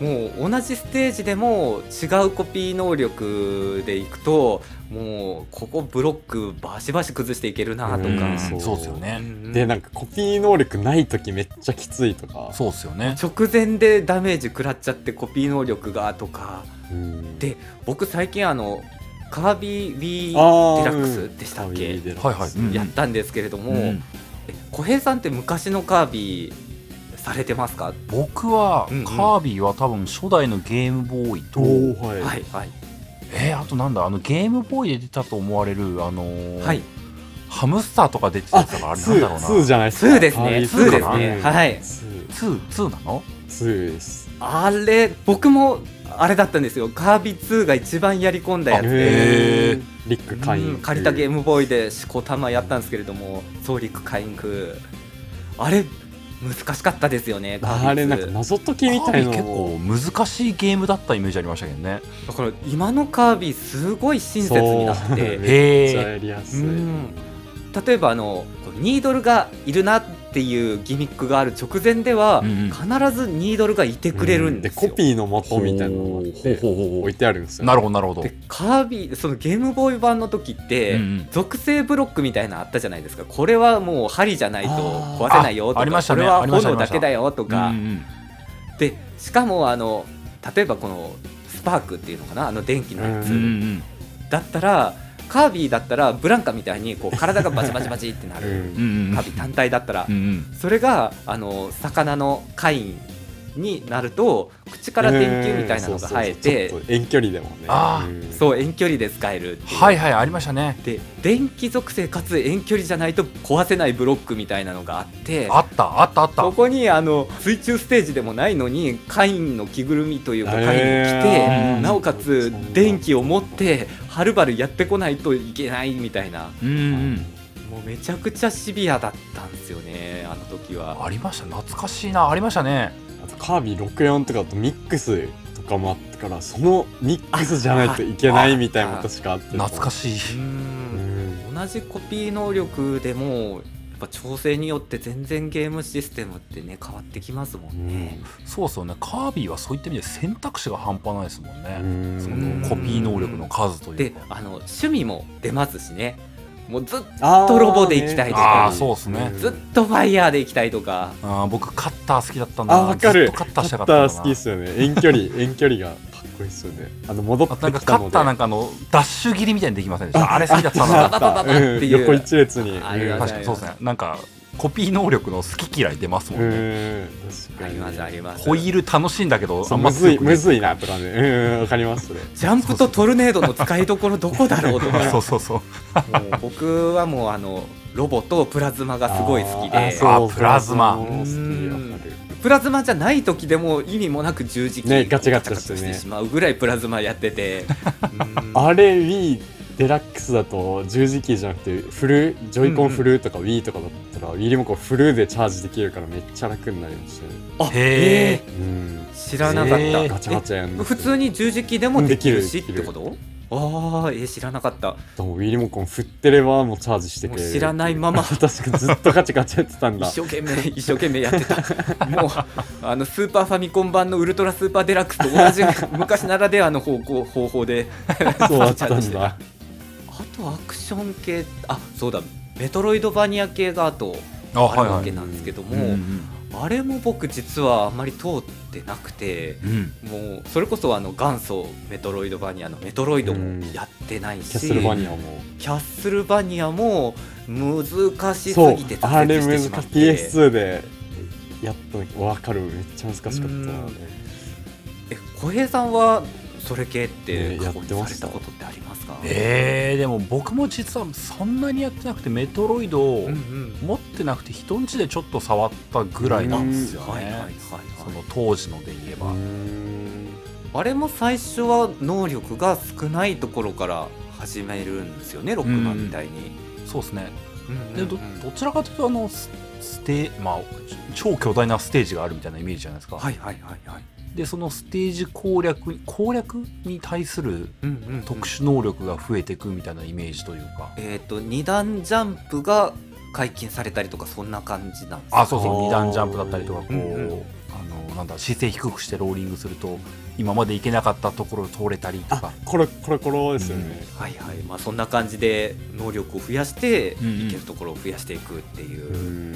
S1: もう同じステージでも違うコピー能力でいくともうここブロックバシバシ崩していけるなと
S2: うん
S1: か
S2: そう
S3: そうですよ
S1: う
S3: ね
S1: ん
S2: でなんかコピー能力ない時めっちゃきついとか
S3: そうですよね
S1: 直前でダメージ食らっちゃってコピー能力がとか
S2: うん
S1: で僕最近あのカービィ・ウィー・デ
S2: あー
S1: ラックスでしたっけ、
S2: うん
S3: はいはいうん
S1: やったんですけれども、
S3: うん
S1: え小平さんって昔のカービィされてますか、
S3: 僕はカ
S1: うんうん
S3: ービィは多分初代のゲームボーイと、
S2: おーはい、
S1: はいはい
S3: えーあとなんだあのゲームボーイで出たと思われるあのー
S1: はい
S3: ハムスターとか出てたやつがあれなん
S2: 2
S3: だろうな
S2: 2じゃないですか
S1: 2ですね
S3: 2ですね
S1: はい
S3: 2 2なの
S2: 2です
S1: あれ僕もあれだったんですよカービィ2が一番やり込んだやつで、
S3: へー
S2: リック会
S1: う
S2: 員
S1: ん借りたゲー
S2: ム
S1: ムボーイでしこたまやったんですけれども総陸海空あれ難しかったですよねカー
S2: あ
S1: ビィ
S2: れなんか
S1: 2
S2: 謎解きみ
S3: カー
S2: た
S3: ビ
S2: い
S3: ィ
S2: な
S3: 結
S2: のも
S3: 構難しいゲームだったイメージありましたけどね
S1: だから今のカービィすごい親切になっ
S2: そう
S1: て
S2: めっちゃ
S3: へえ
S2: やりやすい、
S1: うん例えばあのこうニードルがいるなっていうギミックがある直前では、
S3: うんうん
S1: 必ずニードルがいてくれるんですよ、
S2: コピーの元みたいなのがあって
S3: ほうほうほうほう
S2: 置いてあるんですよ
S3: なるほどなるほど
S1: でカービィそのゲームボーイ版の時って、
S3: うんうん
S1: 属性ブロックみたいなのあったじゃないですかこれはもう針じゃないと壊せないよと
S3: あー
S1: か
S3: ありましたね
S1: これは
S3: ありました
S1: 炎だけだよとか、
S3: うんうん
S1: でしかもあの例えばこのスパークっていうのかなあの電気のやつ、
S3: うんうん
S1: だったらカービィだったらブランカみたいにこう体がバチバチバチってな
S2: う
S1: る、
S2: ん
S3: うんうんうん
S1: カービィ単体だったら
S3: う、んうん
S1: それがあの魚のカインになると口から電球みたいなのが生えて、
S2: うんそうそうそうちょっと遠距離でもね
S3: あー
S2: うん
S1: そう遠距離で使えるっていう
S3: はいはいありましたね
S1: で電気属性かつ遠距離じゃないと壊せないブロックみたいなのがあって
S3: あったあったあった
S1: そこにあの水中ステージでもないのにカインの着ぐるみというかカインに着て、
S2: へ
S3: ー
S1: なおかつ
S2: そんな
S1: 電気を持ってはるばるやってこないといけないみたいな
S3: うんうん
S1: もうめちゃくちゃシビアだったんですよねあの時は。
S3: ありました懐かしいなありましたね
S2: あとカービィ64とかだとミックスとかもあったからそのミックスじゃないといけないみたいなのも確かあって
S3: 懐か
S2: し
S3: しい
S1: うん
S2: ん
S1: 同じコピー能力でもやっぱ調整によって全然ゲームシステムってね変わってきますもんね。
S3: そうですよねカービィはそういった意味で選択肢が半端ないですもん
S2: う
S3: ね、
S2: ん
S3: そのコピー能力の数という
S1: で
S3: か
S1: あの趣味も出ますしねもうずっ
S2: あー
S1: とロボで行きたいとか
S3: あーそうっすね
S2: ん
S1: ずっとファイヤーで行きたいとか、
S3: あー僕カッター好きだったんだ
S2: あわか
S3: ず
S2: る
S3: っと
S2: カッタ
S3: カッターしたかった
S2: ー好き
S3: な
S2: ですよね遠距離遠距離がかっこいいですよねあの戻ってきた
S3: あとな
S2: の
S3: ん
S2: で
S3: かカッターなんかあのダッシュ切りみたいにできませんでしたあれ好きだった
S2: あ
S3: な
S1: バババババっていう
S2: 横一列に
S1: ありがとうご
S3: 確かにそうですねなんかコピー能力の好き嫌い出ますも
S2: うん
S3: ね
S2: ん確か
S1: あ
S2: に
S1: りますあります
S3: ホイール楽しいんだけど
S2: そ
S3: あ
S2: うん
S3: ま
S2: むずい
S3: 強くな
S2: むずいなとかねうんわかりますそれ
S1: ジャンプとトルネードの使いどころどこだろうと
S3: そう
S1: か
S3: そうそう
S1: もう僕はもうあのロボとプラズマがすごい好き
S2: あー
S1: で
S2: そう
S3: あプラズマ
S2: プラズマも好きわかる
S1: プラズマじゃない時でも意味もなく十字キー
S2: ねガチャガチャしてね
S1: して しまうぐらいプラズマやっててうん
S2: あれ Wii デラックスだと十字キーじゃなくてフルジョイコンフルとか Wii とかだったら Wii リモコンフルでチャージできるからめっちゃ楽になりましたね
S1: あ
S3: へー
S1: え
S2: うん
S1: ー知らなかった、
S3: へー
S2: ガチャガチャやん
S1: え
S2: なくて
S1: 普通に十字キーでもできるしっ
S2: できる
S1: てことああえー知らなかった
S2: でも Wii リモコン振ってればもうチャージしてくれ
S1: も
S2: る
S1: う知らないまま
S2: 確かずっとガチャガチャやってたんだ
S1: 一生懸命一生懸命やってたもうあのスーパーファミコン版のウルトラスーパーデラックスと同じ 昔ならではの方向方法で
S2: そうだった
S1: チャージ
S2: ん
S1: して
S2: だ
S1: あとアクション系あそうだメトロイドバニア系があと
S3: あ
S1: あ
S3: はい
S1: る
S3: は
S1: わ
S3: い
S1: けなんですけども、
S3: うん
S1: あれも僕実はあんまり通ってなくて
S3: うんうん
S1: もうそれこそあの元祖メトロイドバニアのメトロイドもやってない
S2: キャ
S1: し、
S2: ッスルバニアも
S1: キャッスルバニアも難しす
S2: そう
S1: ぎて
S2: あ
S1: 挫
S2: れ
S1: 折して
S2: 難し
S1: し
S2: い
S1: まって
S2: PS2 でやった時わかるめっちゃ難しかったな
S1: うんえ小平さんはそれ系って
S2: ね
S1: 過去
S2: やっ
S1: に
S2: て
S1: さ
S2: ま
S1: れ
S2: した
S1: たことってありますか、
S3: えー、でも僕も実はそんなにやってなくてメトロイドを
S1: うんうん
S3: 持ってなくて人んちでちょっと触ったぐらいなんですよ
S1: はいはいはいはい
S3: ねその当時ので言えば、
S2: うん
S1: あれも最初は能力が少ないところから始めるんですよねロックマンみたいに、
S3: そうですね
S1: うん
S3: でどどちらかというとあのスステまあ超巨大なステージがあるみたいなイメージじゃないですか、
S1: はいはいはいはい、
S3: でそのステージ攻略に攻略に対する
S1: うんうんうん
S3: 特殊能力が増えていくみたいなイメージというか、
S1: えっ、と二段ジャンプが解禁されたりとかそんな感じなんですか
S3: あそう
S2: あ
S3: そう
S2: ー
S3: 二段ジャンプだったりとかこう、
S1: うんうん
S3: あのなんだ姿勢低くしてローリングすると今まで行けなかったところを通れたりと
S2: あ
S3: か
S2: コロコロコロですよね
S1: はいはいまあそんな感じで能力を増やしてい
S3: うんうん
S1: けるところを増やしていくっていう、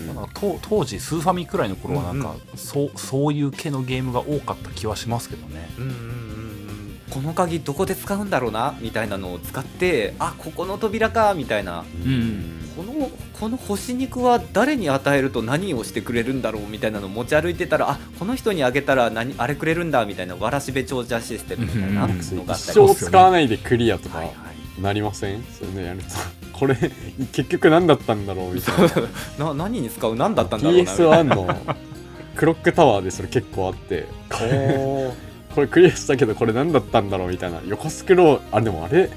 S2: うん
S3: まあと当時スーファミくらいの頃はなんか、
S1: うん
S3: そうそういう系のゲームが多かった気はしますけどね
S1: うんうんうんうんこの鍵どこで使うんだろうなみたいなのを使ってあここの扉かみたいな
S3: うん
S1: このこの干し肉は誰に与えると何をしてくれるんだろうみたいなのを持ち歩いてたらあこの人にあげたら何あれくれるんだみたいなわらしべ長者システムみたいな
S3: うんうん
S1: のがあ
S2: 一
S1: ったり
S2: 生使わないでクリアと
S1: は
S2: か
S1: いはい
S2: なりませんそれねやるとこれ結局何だったんだろうみたいな
S1: そうな何に使う何だったんだろうな
S2: PS1 のクロックタワーでそれ結構あってこれ これクリアしたけどこれ何だったんだろうみたいな横スクロールあでもあれ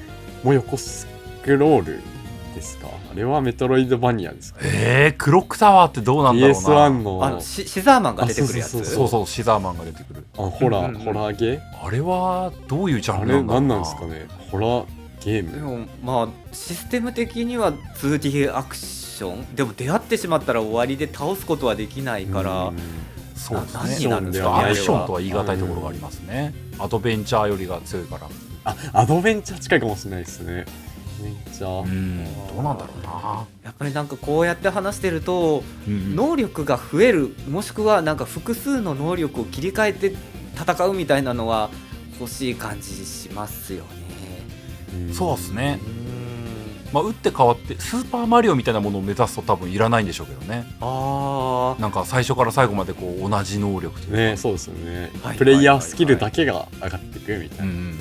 S2: もう横スクロールですかあれはメトロイドバニアですか
S3: えー、クロックタワーってどうなんだろうな
S2: PS1
S1: あの
S2: の
S1: シシザーマンが出てくるやつ
S2: あそう
S3: そうそうシザーマンが出てくる
S2: あホラー、
S1: うんうんうん
S2: ホラーゲー
S3: あれはどういうジャ
S2: あ
S3: ンルな
S2: れ
S3: んだろう
S2: 何なんですかねホラーゲー
S1: で
S2: ム
S1: もまあシステム的には 2D アクションでも出会ってしまったら終わりで倒すことはできないから、
S2: うん
S3: そうですね
S1: 何になるんです
S2: か
S3: アクションとは言い難いところがありますね、アドベンチャーよりが強いから
S2: あアドベンチャー近いかもしれないですねアドベンチャ
S3: う
S2: ー
S3: んどうなんだろうな、
S1: やっぱりなんかこうやって話してると
S3: うん
S1: 能力が増えるもしくはなんか複数の能力を切り替えて戦うみたいなのは欲しい感じしますよね。
S2: ん
S3: そうですね
S1: う、ん
S3: まあ、打って変わってスーパーマリオみたいなものを目指すと多分いらないんでしょうけどね
S1: あー
S3: なんか最初から最後までこう同じ能力というか
S2: ねそうですよね、
S1: はい
S2: プレイヤースキルだけが上がっていくみたいな、
S3: うんうん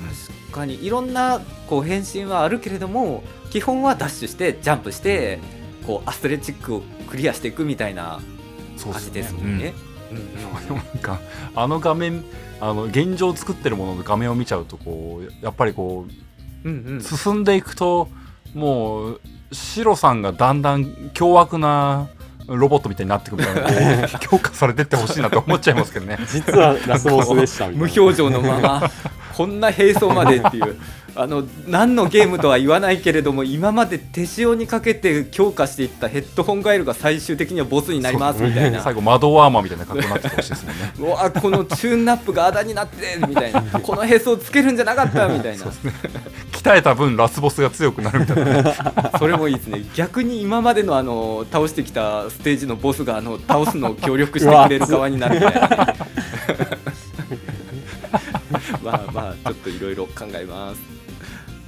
S1: 確かにいろんなこう変身はあるけれども基本はダッシュしてジャンプしてこうアスレチックをクリアしていくみたいな
S3: そうっ
S1: 感
S3: す
S1: じ
S3: ね
S1: ですもんね。うんうん
S3: うん なんかあの画面あの現状作ってるものの画面を見ちゃうとこうやっぱりこう
S1: うんうん
S3: 進んでいくともうシロさんがだんだん凶悪なロボットみたいになってくみたい なこう強化されてってほしいなと思っちゃいますけどね。
S2: 実はラスボスでしたみたい
S1: 無
S2: な
S1: 表情のままこんな並走までっていうあの何のゲームとは言わないけれども今まで手塩にかけて強化していったヘッドホンガエルが最終的にはボスになりますみたいな
S3: 最後窓アーマーみたいな格好になっててほしいですもんね。
S1: うわこのチューンナップがあだになってみたいなこのへそをつけるんじゃなかったみたいな
S3: 鍛えた分ラスボスが強くなるみたい な。
S1: それもいいですね 逆に今までのあの倒してきたステージのボスがあの倒すのを協力してくれる側になるみた いなね、まあまあちょっといろいろ考えます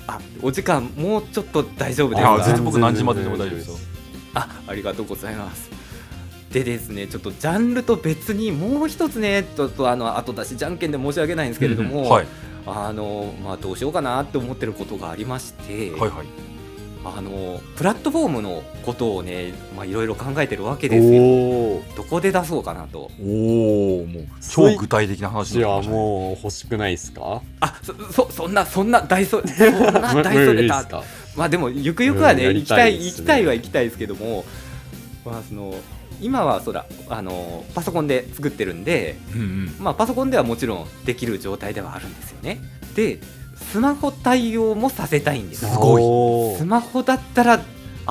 S1: あお時間もうちょっと大丈夫です
S3: あ
S1: か
S3: 全然僕何時まででも大丈夫ですよ
S1: あありがとうございますでですねちょっとジャンルと別にもう一つねちょっとあの後出しじゃんけんで申し訳ないんですけれども、
S3: うんはい
S1: あのまあ、どうしようかなって思ってることがありまして、
S3: はいはい。
S1: あのプラットフォームのことをねまあいろいろ考えてるわけですよ
S2: おお
S1: どこで出そうかなと
S3: おおもう超具体的な話
S2: じ
S3: にな
S2: ゃ
S3: っ
S2: あ
S3: てきましたね
S2: もう欲しくないですか
S1: あそそそんなそんな大そそんな大それた
S2: 無理ですか
S1: まあでもゆくゆくはね、
S2: うんや
S1: 行
S2: り
S1: きた
S2: た
S1: い
S2: いですね
S1: 行きたいは行きたいですけども、まあその今はそうだあのパソコンで作ってるんで、
S3: うんうん
S1: まあパソコンではもちろんできる状態ではあるんですよね。でスマホ対応もさせたいんです
S3: す。ごい
S2: お
S1: ス
S2: ー
S1: マホだったら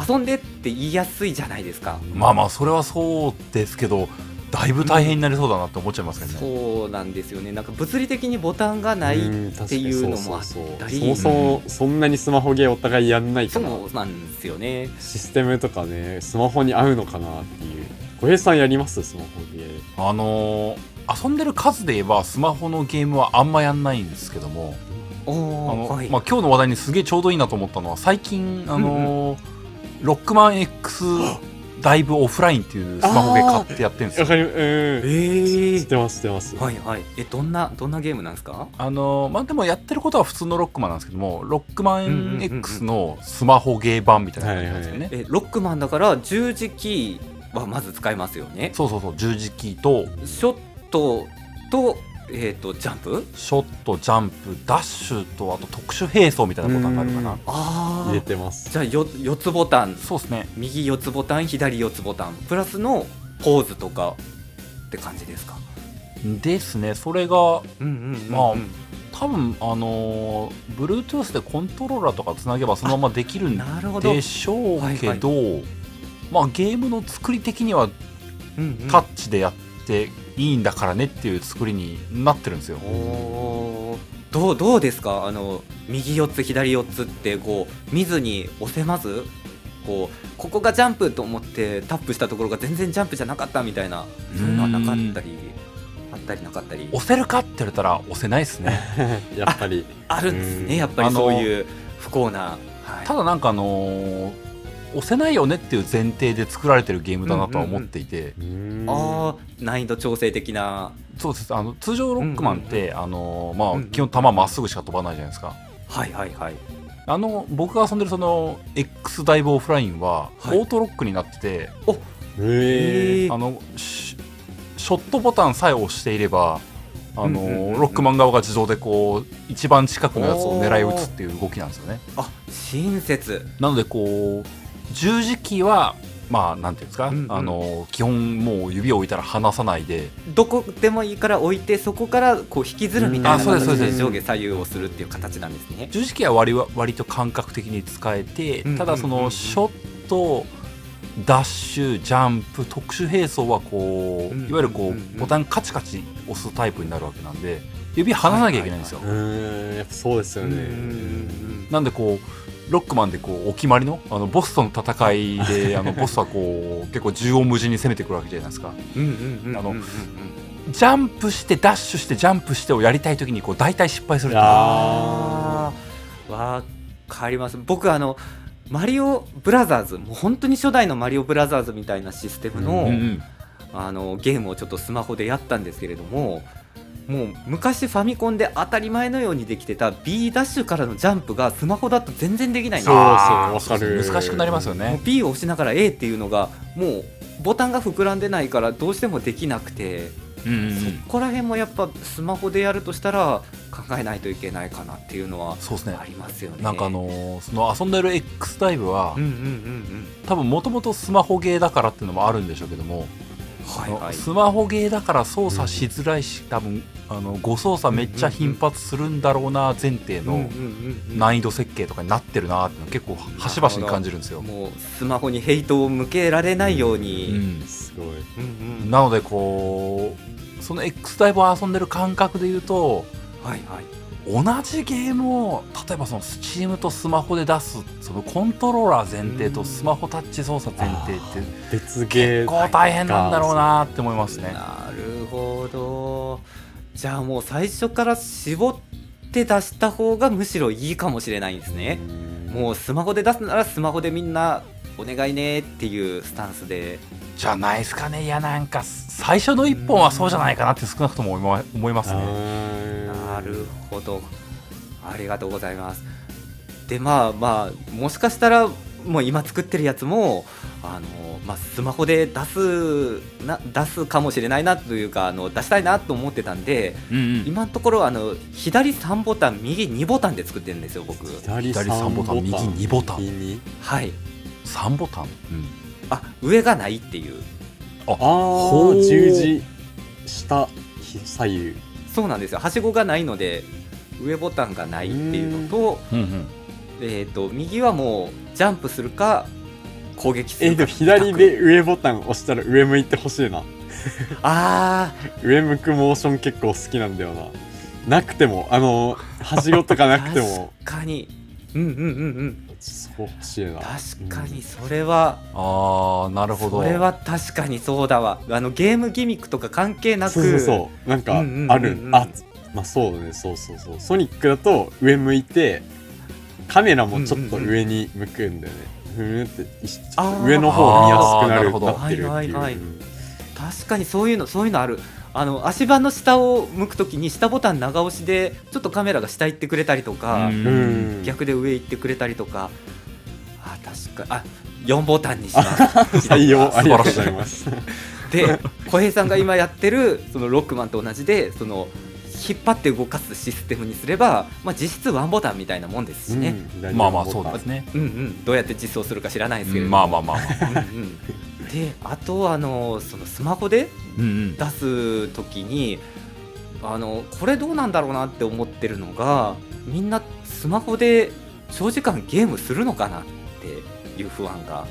S1: 遊んでって言いやすいじゃないですか。
S3: まあまあそれはそうですけどだいぶ大変になりそうだなって思っちゃいますけどね、
S1: そうなんですよね。なんか物理的にボタンがない。
S2: うん
S1: っていうのもあったり
S2: 確かにそうそうそうそもそもそんなにスマホゲーお互いやんないから
S1: そうなんですよね。
S2: システムとかねスマホに合うのかなっていう小平さんやりますスマホゲー
S3: あのー遊んでる数で言えばスマホのゲームはあんまやんないんですけども
S1: お
S3: あの、
S1: お、はい。
S3: まあ、今日の話題にすげえちょうどいいなと思ったのは最近あのーロックマン X だいぶオフラインっていうスマホゲー買ってやってるんです
S2: わ
S3: よ
S2: かりうん
S1: ええ
S2: 知ってます知ってます、
S1: はいはい。えどんなどんなゲームなんですか？
S3: あのーまあでもやってることは普通のロックマンなんですけどもロックマ
S1: うんうんうんう
S3: ン
S1: ん
S3: X のスマホゲー版みたいな感じなんですよね、
S2: はい
S1: えロックマンだから十字キーはまず使いますよね。
S3: そうそうそう十字キーと
S1: ショットとえっ、とジャンプ？
S3: ショットジャンプダッシュとあと特殊並走みたいなボタンがあるか
S2: う
S3: なん
S1: あ
S2: 入れ
S1: あ。
S2: てます
S1: じゃあよ四つボタン、
S3: そうですね
S1: 右四つボタン、左四つボタン、プラスのポーズとかって感じですか？
S3: ですねそれが
S1: うんうんうん、うん。
S3: まあ多分あのー Bluetooth でコントローラーとかつなげばそのままできるん
S1: なるほど。
S3: でしょうけどまあ、ゲームの作り的には
S1: うんうん
S3: タッチでやっていいんだからねっていう作りになってるんですよ。
S1: おーどうどうですかあの右4つ左4つってこう見ずに押せますこうここがジャンプと思ってタップしたところが全然ジャンプじゃなかったみたいなそういうのはなかったりあったりなかったり
S3: 押せるかって言われたら押せないですね。
S2: やっぱり
S1: あるんです
S2: う
S1: ね
S2: ん
S1: やっぱり
S3: あの
S1: そういう不幸な、はい
S3: ただなんかあのー押せないよねっていう前提で作られてるゲームだなとは思っていて、
S2: うん
S1: あー難易度調整的な
S3: そうですあの通常ロックマンって、あのーまあ
S1: うんうん
S3: 基本球まっすぐしか飛ばないじゃないですか。
S1: はいはいはい
S3: あの僕が遊んでるその X ダイブオフラインは、
S1: はい
S3: オートロックになってて
S2: へえ
S1: えー
S3: あのシショットボタンさえ押していればあの、
S1: うんうんうんうん
S3: ロックマン側が自動でこう一番近くのやつを狙い撃つっていう動きなんですよね
S1: あ親切
S3: なのでこう十字キーはまあなんていうんですか、
S1: うんうん
S3: あの基本もう指を置いたら離さないで
S1: どこでもいいから置いてそこからこう引きずるみたい
S3: うん
S1: な
S3: あそうです
S1: 形
S3: そう
S1: で
S3: です
S1: 上下左右をするっていう形なんですね
S3: 十字キーは割は割と感覚的に使え
S1: うんうん
S3: て
S1: うんうん
S3: ただそのショットダッシュジャンプ特殊並走はこ
S1: うんうんうんう
S3: うんいわゆるこうボタンカチカチ押すタイプになるわけなんで指離さなきゃいけないんですよ、
S2: うんやっぱそうですよ
S1: うんうんう
S2: ね
S1: ん
S3: なんでこうロックマンでこうお決まりのあのボスとの戦いであのボスはこう結構縦横無尽に攻めてくるわけじゃないですか
S1: うんうんうんうんうんうん
S3: あのジャンプしてダッシュしてジャンプしてをやりたい時にこう大体失敗するっていう
S1: あーわかります僕あのマリオブラザーズもう本当に初代のマリオブラザーズみたいなシステムの,、
S3: うん
S2: ー
S3: うん
S1: あのゲームをちょっとスマホでやったんですけれどももう昔ファミコンで当たり前のようにできてた B ダッシュからのジャンプがスマホだと全然できないんです
S2: そうそう
S1: よ
S3: あー
S2: わかる
S3: 難しくなりますよ
S1: もう
S3: ね
S1: B を押しながら A っていうのがもうボタンが膨らんでないからどうしてもできなくて
S3: うんうんうん
S1: ここら辺もやっぱスマホでやるとしたら考えないといけないかなっていうのは
S3: そうですね
S1: ありますよね。
S3: なんかあのーその遊んでる X ダイブは
S1: うんうんうんうん
S3: 多分もともとスマホゲーだからっていうのもあるんでしょうけども、
S1: はい
S3: あの
S1: はい
S3: スマホゲーだから操作しづらいし、多分あの誤操作めっちゃ頻発するんだろうな前提
S1: うん
S3: の
S1: うんうん
S3: 難易度設計とかになってるなっていうの結構端々に感じるんですよ。
S1: もうスマホにヘイトを向けられないよう
S3: う
S1: に、
S3: ん
S2: すごい
S1: うんうん
S3: なのでこうその X ダイブを遊んでる感覚で言うと
S1: はいはい
S3: 同じゲームを例えばその Steam とスマホで出すそのコントローラー前提とスマホタッチ操作前提って
S2: 別ゲ
S3: 結
S2: ー
S3: 構大変なんだろうなって思いますね。
S1: なるほどじゃあもう最初から絞って出した方がむしろいいかもしれないんですねもうスマホで出すならスマホでみんなお願いねっていうスタンスで
S3: じゃないですかねいやなんか最初の一本はそうじゃないかなって少なくとも思い思いますね。
S1: な
S2: な
S1: るほど。ありがとうございます。で、まあまあ、もしかしたら、もう今作ってるやつも、あのまあ、スマホで出すな出すかもしれないなというかあの出したいなと思ってたんで
S3: うんうん、
S1: 今のところあの左3ボタン右2ボタンで作ってるんですよ僕
S2: 左
S3: 左3ボタン右2ボタン
S2: 右
S1: はい
S3: 3ボタン、うん、
S1: あ上がないっていう
S2: あ
S3: ほう
S2: ー十字下ひ左右
S1: そうなんですよはしごがないので上ボタンがないっていうのと,、
S3: うんうん、
S1: えー、と右はもうジャンプするか攻撃す
S2: え
S1: る
S2: で
S1: か
S2: も左で上ボタン押したら上向いてほしいな
S1: あ
S2: 上向くモーション結構好きなんだよななくてもあのはしごとか
S1: あ
S2: なくて
S1: 確
S2: も
S1: かにうんうんうんうん
S2: そう欲しいな
S1: 確かにそれは、
S3: ああなるほ
S1: そ
S3: ど
S1: れは確かにそうだわあのゲームギミックとか関係なく
S2: そうそうそうなんか
S1: うんうんうんうん
S2: ある、あまあそうだねそうそうそうソニックだと上向いてカメラもちょっと上に向くんだよね、ふーんっていし
S1: あー
S2: 上の方見やすくな
S3: あーなる
S2: る
S3: ほど
S2: なってるっていう、
S1: はいはいはい
S2: うん
S1: 確かにそういうのそういうのあるあの足場の下を向くときに下ボタン長押しでちょっとカメラが下行ってくれたりとか、
S3: うん
S2: うん
S1: 逆で上行ってくれたりとかあ確かあ4ボタンにします
S2: 採 用ありがとうご
S3: 素晴らしい
S2: ざいます
S1: で小平さんが今やってるそのロックマンと同じでその引っ張って動かすシステムにすれば、まあ、実質ワンボタンみたいなもんですしね、
S2: うん
S3: まあまあそうですね、
S1: うん、うんどうやって実装するか知らないですけれども
S3: まあまあまあまあ、
S1: うんうんであとあのそのスマホで
S3: うんうん、
S1: 出す時にあのこれどうなんだろうなって思ってるのがみんなスマホで長時間ゲームするのかなっていう不安が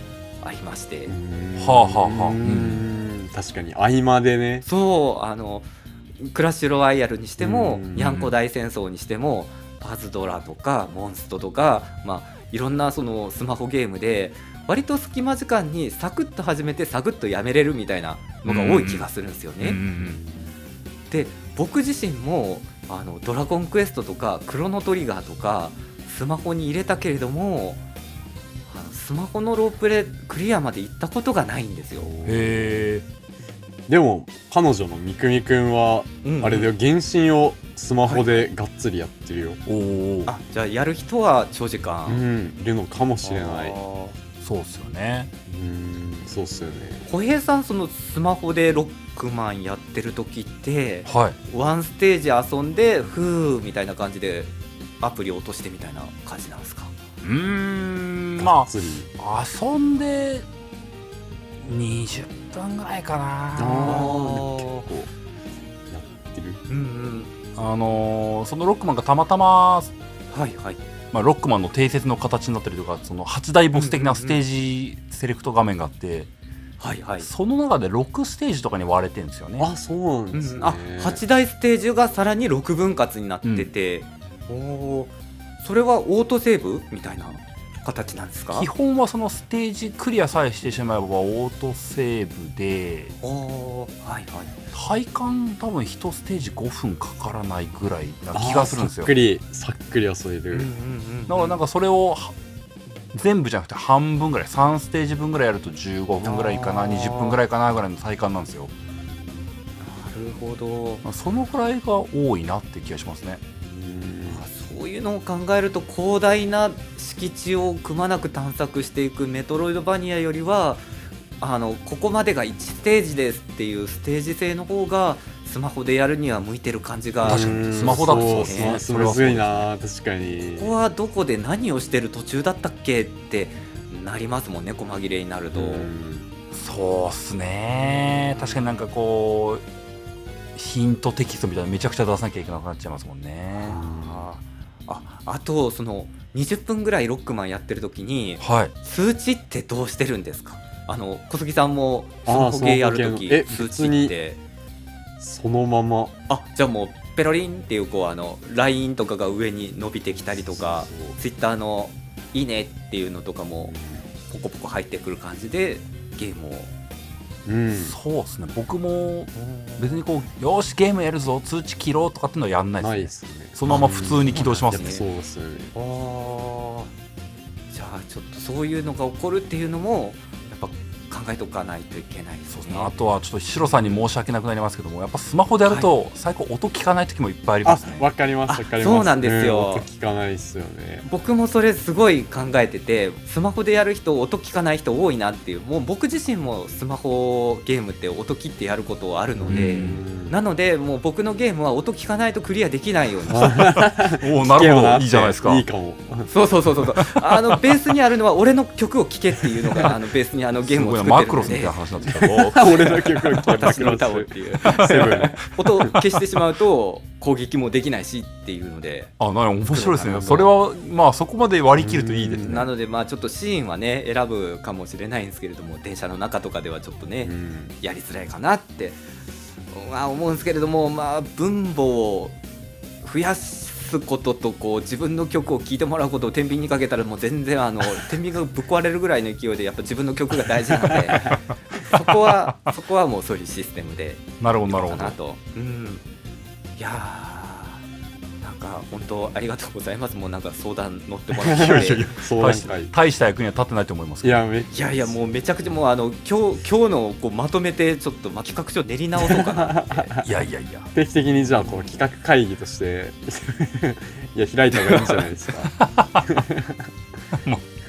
S1: ありまして、
S2: うん
S3: はあはあはあ
S2: うん確かに合間でね
S1: そうあのクラッシュロワイヤルにしても
S2: うん
S1: ヤンコ大戦争にしてもパズドラとかモンストとか、まあ、いろんなそのスマホゲームで割と隙間時間にサクッと始めてサクッとやめれるみたいなのが多い気がするんですよね。
S3: うんうん
S1: で僕自身もあの「ドラゴンクエスト」とか「クロノトリガー」とかスマホに入れたけれどもあのスマホのロープレクリアまで行ったことがないんですよ。
S3: うん、へえ
S2: でも彼女のみくみくんは
S1: うん
S2: あれだよ原神をスマホでがっつりやってるよ、
S3: おお
S1: あじゃあやる人は長時
S2: う
S1: 間
S2: んいるのかもしれない
S1: あー
S3: そうっすよね
S2: うんそうっすよね
S1: 小平さんそのスマホでロックマンやってる時って
S3: はい
S1: ワンステージ遊んでふーみたいな感じでアプリ落としてみたいな感じなんですか
S3: うーん
S2: が
S3: ま
S2: っつり
S3: あ遊んで20分ぐらいか
S2: あ
S3: な
S1: ー
S2: でも結構やってる
S1: うん
S3: あのーそのロックマンがたまたま、
S1: うんはいはい
S3: まあ、ロックマンの定説の形になったりとかその8大ボス的なステージセレクト画面があって、
S1: はいはい
S3: その中で6ステージとかに割れてるんですよね
S2: あそうなんですね、
S1: あ8大ステージがさらに6分割になってて、おーそれはオートセーブみたいな形なんですか
S3: 基本はそのステージクリアさえしてしまえばオートセーブで
S1: おーはいはい
S3: 体感多分1ステージ5分かからないぐらいな
S2: あ
S3: 気がするんです
S2: さ
S3: よ
S2: っくりさっくり遊べる、
S3: だからなんかそれをは全部じゃなくて半分ぐらい3ステージ分ぐらいやると15分ぐらいかな
S1: あー
S3: 20分ぐらいかなぐらいの体感なんですよ
S1: なるほど
S3: まあそのくらいが多いなって気がしますね
S2: うん
S1: あそういうのを考えると広大な敷地をくまなく探索していくメトロイドバニアよりはあのここまでが1ステージですっていうステージ性の方がスマホでやるには向いてる感じが
S3: 確かに
S2: うん
S3: スマホだとそうですね
S2: そう
S3: そ
S2: そ
S3: れ
S2: れ
S3: は
S2: む
S3: そう
S2: ず
S3: です
S2: いな確かに
S1: ここはどこで何をしてる途中だったっけってなりますもんね細切れになると、
S2: うん
S3: そうっすね確かになんかこうヒントテキストみたいなのめちゃくちゃ出さなきゃいけなくなっちゃいますもんね
S1: あーああとその20分ぐらいロックマンやってる時に
S3: はい
S1: 通知ってどうしてるんですかあの小杉さんもスマ
S2: あー
S1: ホゲーやる時
S2: スマホゲーのえ
S1: 通
S2: 普通
S1: 知っ
S2: に
S1: て
S2: そのまま
S1: あじゃあもうペロリンっていうこうあの LINE とかが上に伸びてきたりとか
S2: そうそうそう
S1: Twitter の「いいね」っていうのとかもポコポコ入ってくる感じでゲームを
S2: うん
S3: そうっすね僕も別にこうよーしゲームやるぞ通知切ろうとかっていうのはやんない
S2: ない
S3: で
S2: です
S3: ね
S2: すね
S3: そのまま普通に起動します
S2: やっ
S3: ね
S2: ぱそうですよね
S1: あーじゃあちょっとそういうのが起こるっていうのもやっぱ考えとかないといけないです
S3: そうです
S1: ね
S3: ね、あとはちょっとシロさんに申し訳なくなりますけどもやっぱスマホでやると最高音聞かない時もいっぱいありま
S2: あ
S3: すね、
S2: わかります
S1: あ
S2: わかります
S1: そうなんですよ
S2: 音聞かないっすよね
S1: 僕もそれすごい考えててスマホでやる人音聞かない人多いなっていうもう僕自身もスマホゲームって音切ってやることあるの
S3: う
S1: で
S2: ん
S1: なのでもう僕のゲームは音聞かないとクリアできないように
S3: おおなるほ
S2: 聞けよ
S3: ど
S2: っ
S3: い
S2: て
S3: いじゃないですか
S2: いいかも
S1: そうそうそうそうそうあのベースにあるのは俺の曲を聴けっていうの があのベースにあのゲームを
S3: す
S1: 作
S3: ごいなマ
S1: っ
S3: クロスみ
S1: て
S3: た
S1: る
S3: い
S1: の
S3: な
S1: で
S3: 話になってきたぞ
S2: 俺の曲を聞けば
S1: 私
S2: ク
S1: の
S2: ロ
S1: 歌をっ
S2: ス
S1: ていう
S2: セブン
S1: 音を消してしまうと攻撃もできないしっていうので
S3: あな面白いです
S2: なるほど
S3: ねそれはまあそこまで割り切るといいです
S2: うん
S3: ね
S1: なのでまあちょっとシーンはね選ぶかもしれないんですけれども電車の中とかではちょっとね
S2: うん
S1: やりづらいかなって、まあ、思うんですけれども、まあ、分母を増やすこととこう自分の曲を聴いてもらうことを天秤にかけたらもう全然あ の天秤がぶっ壊れるぐらいの勢いでやっぱ自分の曲が大事なので そこはそこはもうそういうシステムで
S3: なるほどなる
S1: か
S3: ほど
S1: なと。うん、いやーなんか本当ありがとうございますもうなんか相談乗ってもらって。
S2: いやいやいや相
S3: 大
S2: 談
S3: し
S2: 会
S3: 大した役には立ってないと思います
S2: い
S3: けど
S2: やめっ
S1: いやいやもうめちゃくちゃもうあの今日今日のこうまとめてちょっとま企画書練り直そうかなって
S3: いやいやいや
S2: 定期的にじゃあこの企画会議として いや開いた方がいいんじゃないですか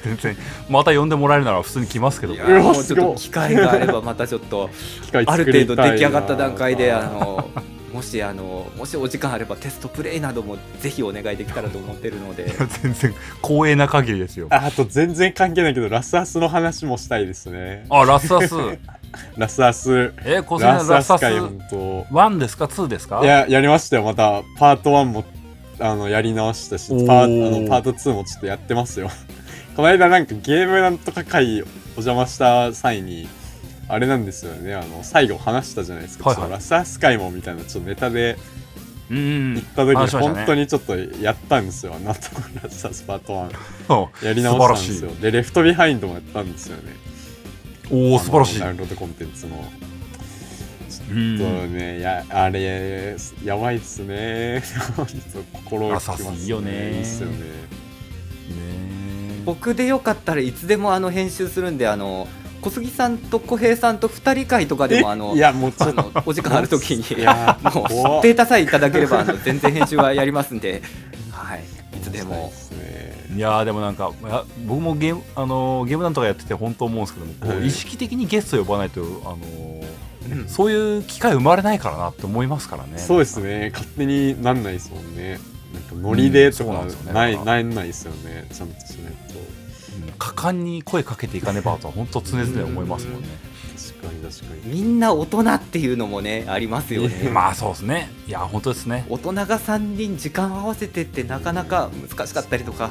S3: 全然また呼んでもらえるなら普通に来ますけど
S1: いや
S2: うわ
S1: もうち
S2: す
S1: ょっと
S2: ごい
S1: 機会があればまたちょっ と
S2: 機械
S1: ある
S2: 作
S1: 程
S2: りた
S1: 度
S2: いな
S1: 出来上がった段階であのもしあのもしお時間あればテストプレイなどもぜひお願いできたらと思ってるの で
S3: 全然光栄な限りですよ
S2: ああと全然関係ないけどラスアスの話もしたいですね
S3: あラスアス
S2: ラスアス
S3: えこちら
S2: ラス
S3: ラ
S2: ア
S3: スア
S2: ス
S3: ス
S2: 会本
S3: 1ですか2ですか
S2: 当いややりましたよまたパート1もあのやり直したし
S3: おー
S2: パーあのパート2もちょっとやってますよ この間なんかゲームなんとか会お邪魔した際にあれなんですよねあの最後話したじゃないですか、
S3: はいはい
S2: ちょっとラスアス会もみたいなちょっとネタで
S3: うんうん
S2: 行った時
S3: 話しましたね
S2: 本当にちょっとやったんですよ、なんとかラスアスパート1
S3: うん
S2: やり直したんですよでレフトビハインドもやったんですよね
S3: おお素晴らしい
S2: あのダウンロードコンテンツの
S3: うん
S2: そうね、やあれやばいっすね ちょっと心をきます、
S3: 朝いいよね
S2: いいっすよね
S3: ねえ
S1: 僕でよかったらいつでもあの編集するんであの小杉さんと小平さんと2人会とかでもあの
S2: いやもうちょ
S1: あ
S2: っと
S1: のお時間あるときに
S2: いや
S1: もう
S2: 怖っ
S1: データさえいただければあの全然編集はやりますんで、はい、いつで
S2: そう
S1: も
S2: っ。すね
S3: いやーでもなんかいや僕もゲーム、あのーゲームなんとかやってて本当思うんですけどもこう、
S2: はい
S3: 意識的にゲスト呼ばないと、あのー
S1: うん
S3: そういう機会生まれないからなって思いますからね
S2: そうですね勝手になんないですもんねなんかノリでと
S3: うんそうな
S2: か
S3: んですよね
S2: ない、
S3: だか
S2: ないないですよねちゃんとしないと
S3: うん果敢に声かけていかねばとは本当常々思いますもんね
S2: 確かに確かに
S1: みんな大人っていうのもねありますよね。
S3: まあそうですねいや本当ですね
S1: 大人が3人時間合わせてってなかなか難しかったりとか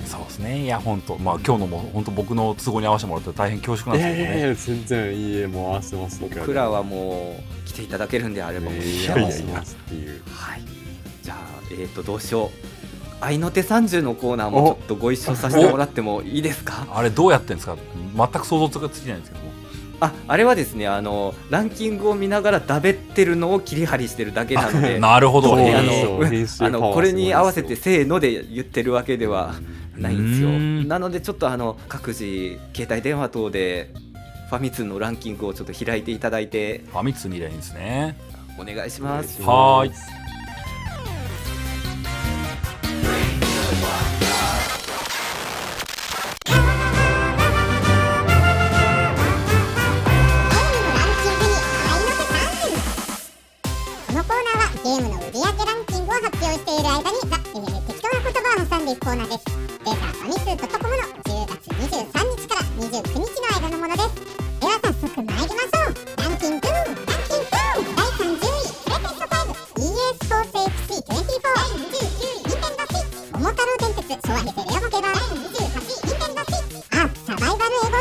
S2: うん
S3: そうですねいや本当まあ今日のも本当僕の都合に合わせてもらって大変恐縮
S2: い
S3: なん
S2: や
S3: です
S2: い
S3: けど
S2: やいや
S3: ね
S2: 全然いいえもう合わせます僕
S1: 僕らはもう来ていただけるんであればもう
S2: い
S1: 幸
S2: やいや
S1: せ
S2: い
S1: に
S2: やっていう
S1: はい、じゃあ、えー、とどうしよう愛の手30のコーナーもちょっとご一緒させてもらってもいいですか
S3: あれどうやってんですか全く想像つかつきないんですけども
S1: ああれはですねあのランキングを見ながらだべってるのを切り張りしてるだけ なので
S3: なるほど
S2: そう
S1: ね
S2: な
S1: あ
S2: んです
S1: の
S2: よ編集
S1: あ
S2: パワ
S1: の
S2: ー
S1: これに合わせ
S2: すごい
S1: て
S2: ですよ
S1: せーので言ってるわけではないんですよ
S3: うん
S1: なのでちょっとあの各自携帯電話等でファミ通のランキングをちょっと開いていただいて
S3: ファミツにいればいいんですね
S1: お願いします
S3: はーい
S4: 本日のランキングに愛の手30このコーナーはゲームの売り上げランキングを発表している間にザ・エネで適当な言葉を挟んでいくコーナーですデータファミツー .com の10月23日から29日の間のものですでは早速参りましょうランキングランキング第30位プレテスト 5EA スポーツ XC24 第29位ニンテンドスイッチ桃太郎電鉄昭和平成レオボケ版第28位ニンテンドスイッチアークサバイバルエボ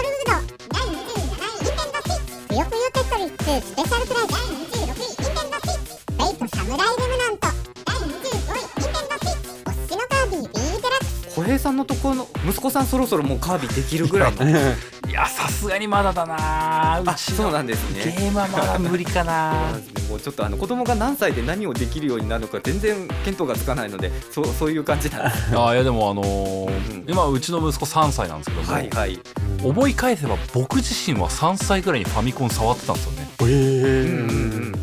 S4: ルード第27位ニンテンドスイッチぷよぷよテトリス2スペシャルプライ第26位ニンテンドスイッチフェイトサムライルムナント第25位ニンテンドスイッチおっしのカービィ B デラック ス
S1: 小平さんのところの息子さんそろそろもうカービィできるぐらいの
S2: うん
S3: いやさすがにまだだなう
S1: あ
S3: ち
S1: そう
S3: の
S1: なんです
S3: ゲ
S1: ね
S3: ームはまだ無理か
S1: そうな
S3: なん
S1: ですねもうちょっとあの子供が何歳で何をできるようになるのか全然見当がつかないのでそうそういう感じなんです
S3: あいやでもあのー
S1: うん
S3: 今うちの息子3歳なんですけども、
S1: はいはい、
S3: 思い返せば僕自身は3歳ぐらいにファミコン触ってたんですよね
S2: え
S1: う
S2: ー
S1: んうん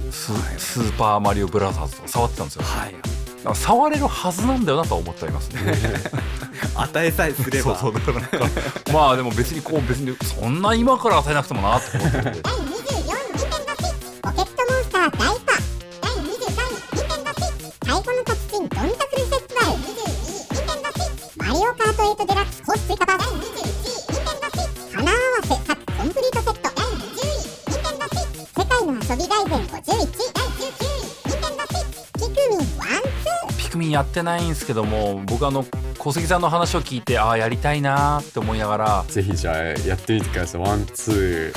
S1: うん、
S3: ススーパーマリオブラザーズとか触ってたんですよ
S1: はい
S3: だから触れるはずなんだよなとは思ってあります ね
S1: 与えさえすれ
S3: そ
S1: ば
S3: うそうだからなんかまあでも別にこう別にそんな今から与えなくてもなと思ってて
S4: 第24位ニンテンドースイッチポケットモンスターダイパ第23位ニンテンドースイッチ太鼓の達人ドンタクルフェスティバル22位ニンテンドースイッチマリオカート8デラックスコース追加版第21位ニンテンドースイッチ花合わせ初コンプリートセット第20位ニンテンドースイッチ世界の遊び大全51第19位ニンテンドースイッチピクミン1
S3: ピクミンやってないんですけども僕あの小杉さんの話を聞いてああやりたいなーって思いながら
S2: ぜひじゃあやってみてくださいワンツ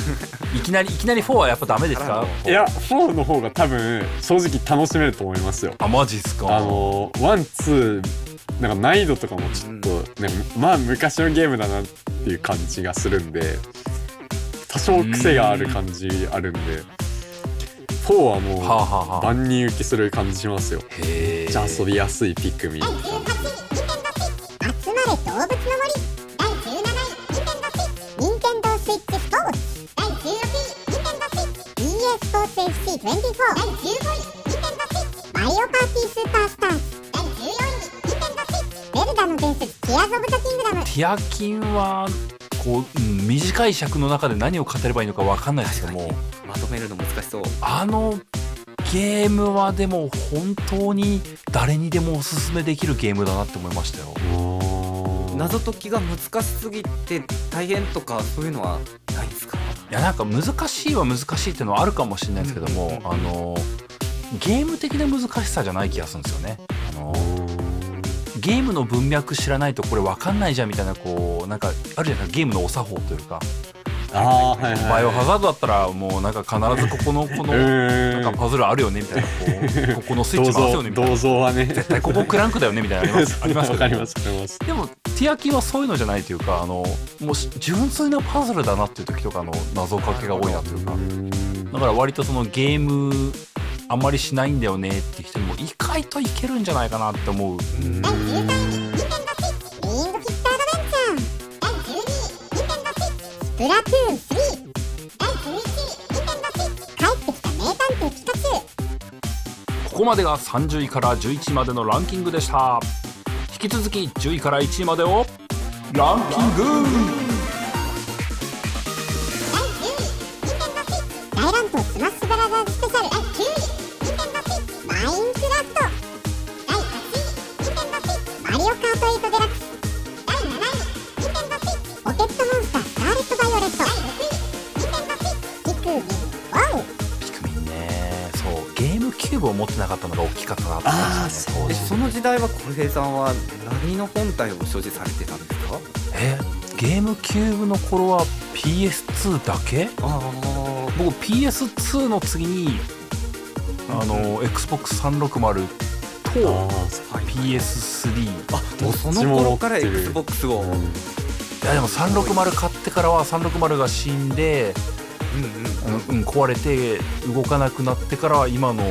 S3: いきなりいきなり4はやっぱダメですか
S2: ーいや4の方が多分正直楽しめると思いますよ
S3: あマジっすか
S2: あのワンツーなんか難易度とかもちょっと、ねまあ昔のゲームだなっていう感じがするんで多少癖がある感じあるんで4はもう
S3: はあはあはあ
S2: 万人受けする感じしますよ
S3: へえ
S2: じゃあ遊びやすいピクミン
S4: 第18位ニンテンドースイッチ集まれ動物の森第17位ニンテンドースイッチニンテンドースイッチスポーツ第16位ニンテンドースイッチ EA スポーツ FC24 第15位ニンテンドースイッチマリオパーティースーパースターズ第14位ニンテンドースイッチゼルダの伝説ティアーズ・オブ・ザ・キングダム
S3: ティアキンはこう、うん短い尺の中で何を語ればいいのか分かんないですけども
S1: まとめるの難しそう
S3: あのゲームはでも本当に誰にでもおすすめできるゲームだなって思いましたよ
S1: 謎解きが難しすぎて大変とかそういうのはないんですか
S3: いやなんか難しいは難しいっていうのはあるかもしれないですけども、
S1: うん
S3: あのゲーム的な難しさじゃない気がするんですよね。あのゲームの文脈知らないとこれ分かんないじゃんみたいなこうなんかあるじゃないですかゲームのお作法というか
S2: ああーはいはい
S3: バイオハザードだったらもうなんか必ずこ このこの
S2: う
S3: なんか
S2: ーん
S3: パズルあるよねみたいなこうここのスイッ
S2: 銅
S3: チ回すよね
S2: 像
S3: みたい
S2: 銅
S3: な
S2: 像はね
S3: 絶対ここクランクだよねみたいなのありま すあります
S2: わ
S3: よ
S2: かり
S3: ね
S2: ますわかります
S3: でもティアキンはそういうのじゃないというかあのもうし純粋なパズルだなっていう時とかの謎かけが多いなというか。だから割とそのゲームあんまりしないんだよねって人にも意外といけるんじゃないかなって思う
S4: 第13位、ニンテンドースイッチ、ウィングフィッターアドベンチャー。第12位、ニンテンドースイッチ、ビーンドフィッターアドベンチャー。第11位、ニンテンドースイッチ、スーパーマリオブラザーズ。第10位、ニンテンドースイッチ、マリオカート8デラックスコース追加版。第9位、ニンテンドースイッチ、マリオパーティースーパースターズ。第8位、ニンテンドースイッチ、マリオカート8デラックスコース追加版。第7位、ニンテンドースイッチ、マリオカート8デラックスコース追加版。第6位、ニンテンドースイ
S3: ここまでが30位から11位までのランキングでした引き続き10位から1位までをランキング
S4: ッチ、マリオカート8デラックスコース追加版。第5位、ニンテンドースイッチ、マリオカート8デラックスコース追加版。第4位、ニンテンドースイッチ、マリオカート8デラックスコース追加版。第3位、ニンテンドースイッチ、マリオカート8デラックスコース追加版。第2位、ニンテンドースイッチ、マリオカスプラトゥーン3第11位ニンテンドースイッチ帰ってきた名探偵ピカチュウ第10位、ニンテンドースイッチ大乱闘スマッシュブラザーズスペシャル第9位、ニンテンドースイッチマインクラフト第8位、ニンテンドースイッチマリオカート8デラックス第7位、ニンテンドースイッチポケットモンスタースカーレットバイオレット第6位、ニンテンドースイッチピク
S3: ピ
S4: ミン1
S3: クミンねそうゲームキューブを持ってなかったのが大きかったなと思うんですよ
S1: え
S3: ね
S1: その時代は小平さんは何の本体を所持されてたんですか
S3: 当時えゲームキューブの頃は PS2 だけ
S1: ああ
S3: 僕 PS2 の次にあの XBOX360 と
S2: あ
S3: PS3
S1: あもうその頃から XBOX を、
S2: あ、
S1: うん
S2: う
S1: うん
S2: ん
S3: いやでも360買ってからは360が死んで、うんうん、壊れて動かなくなってからは今の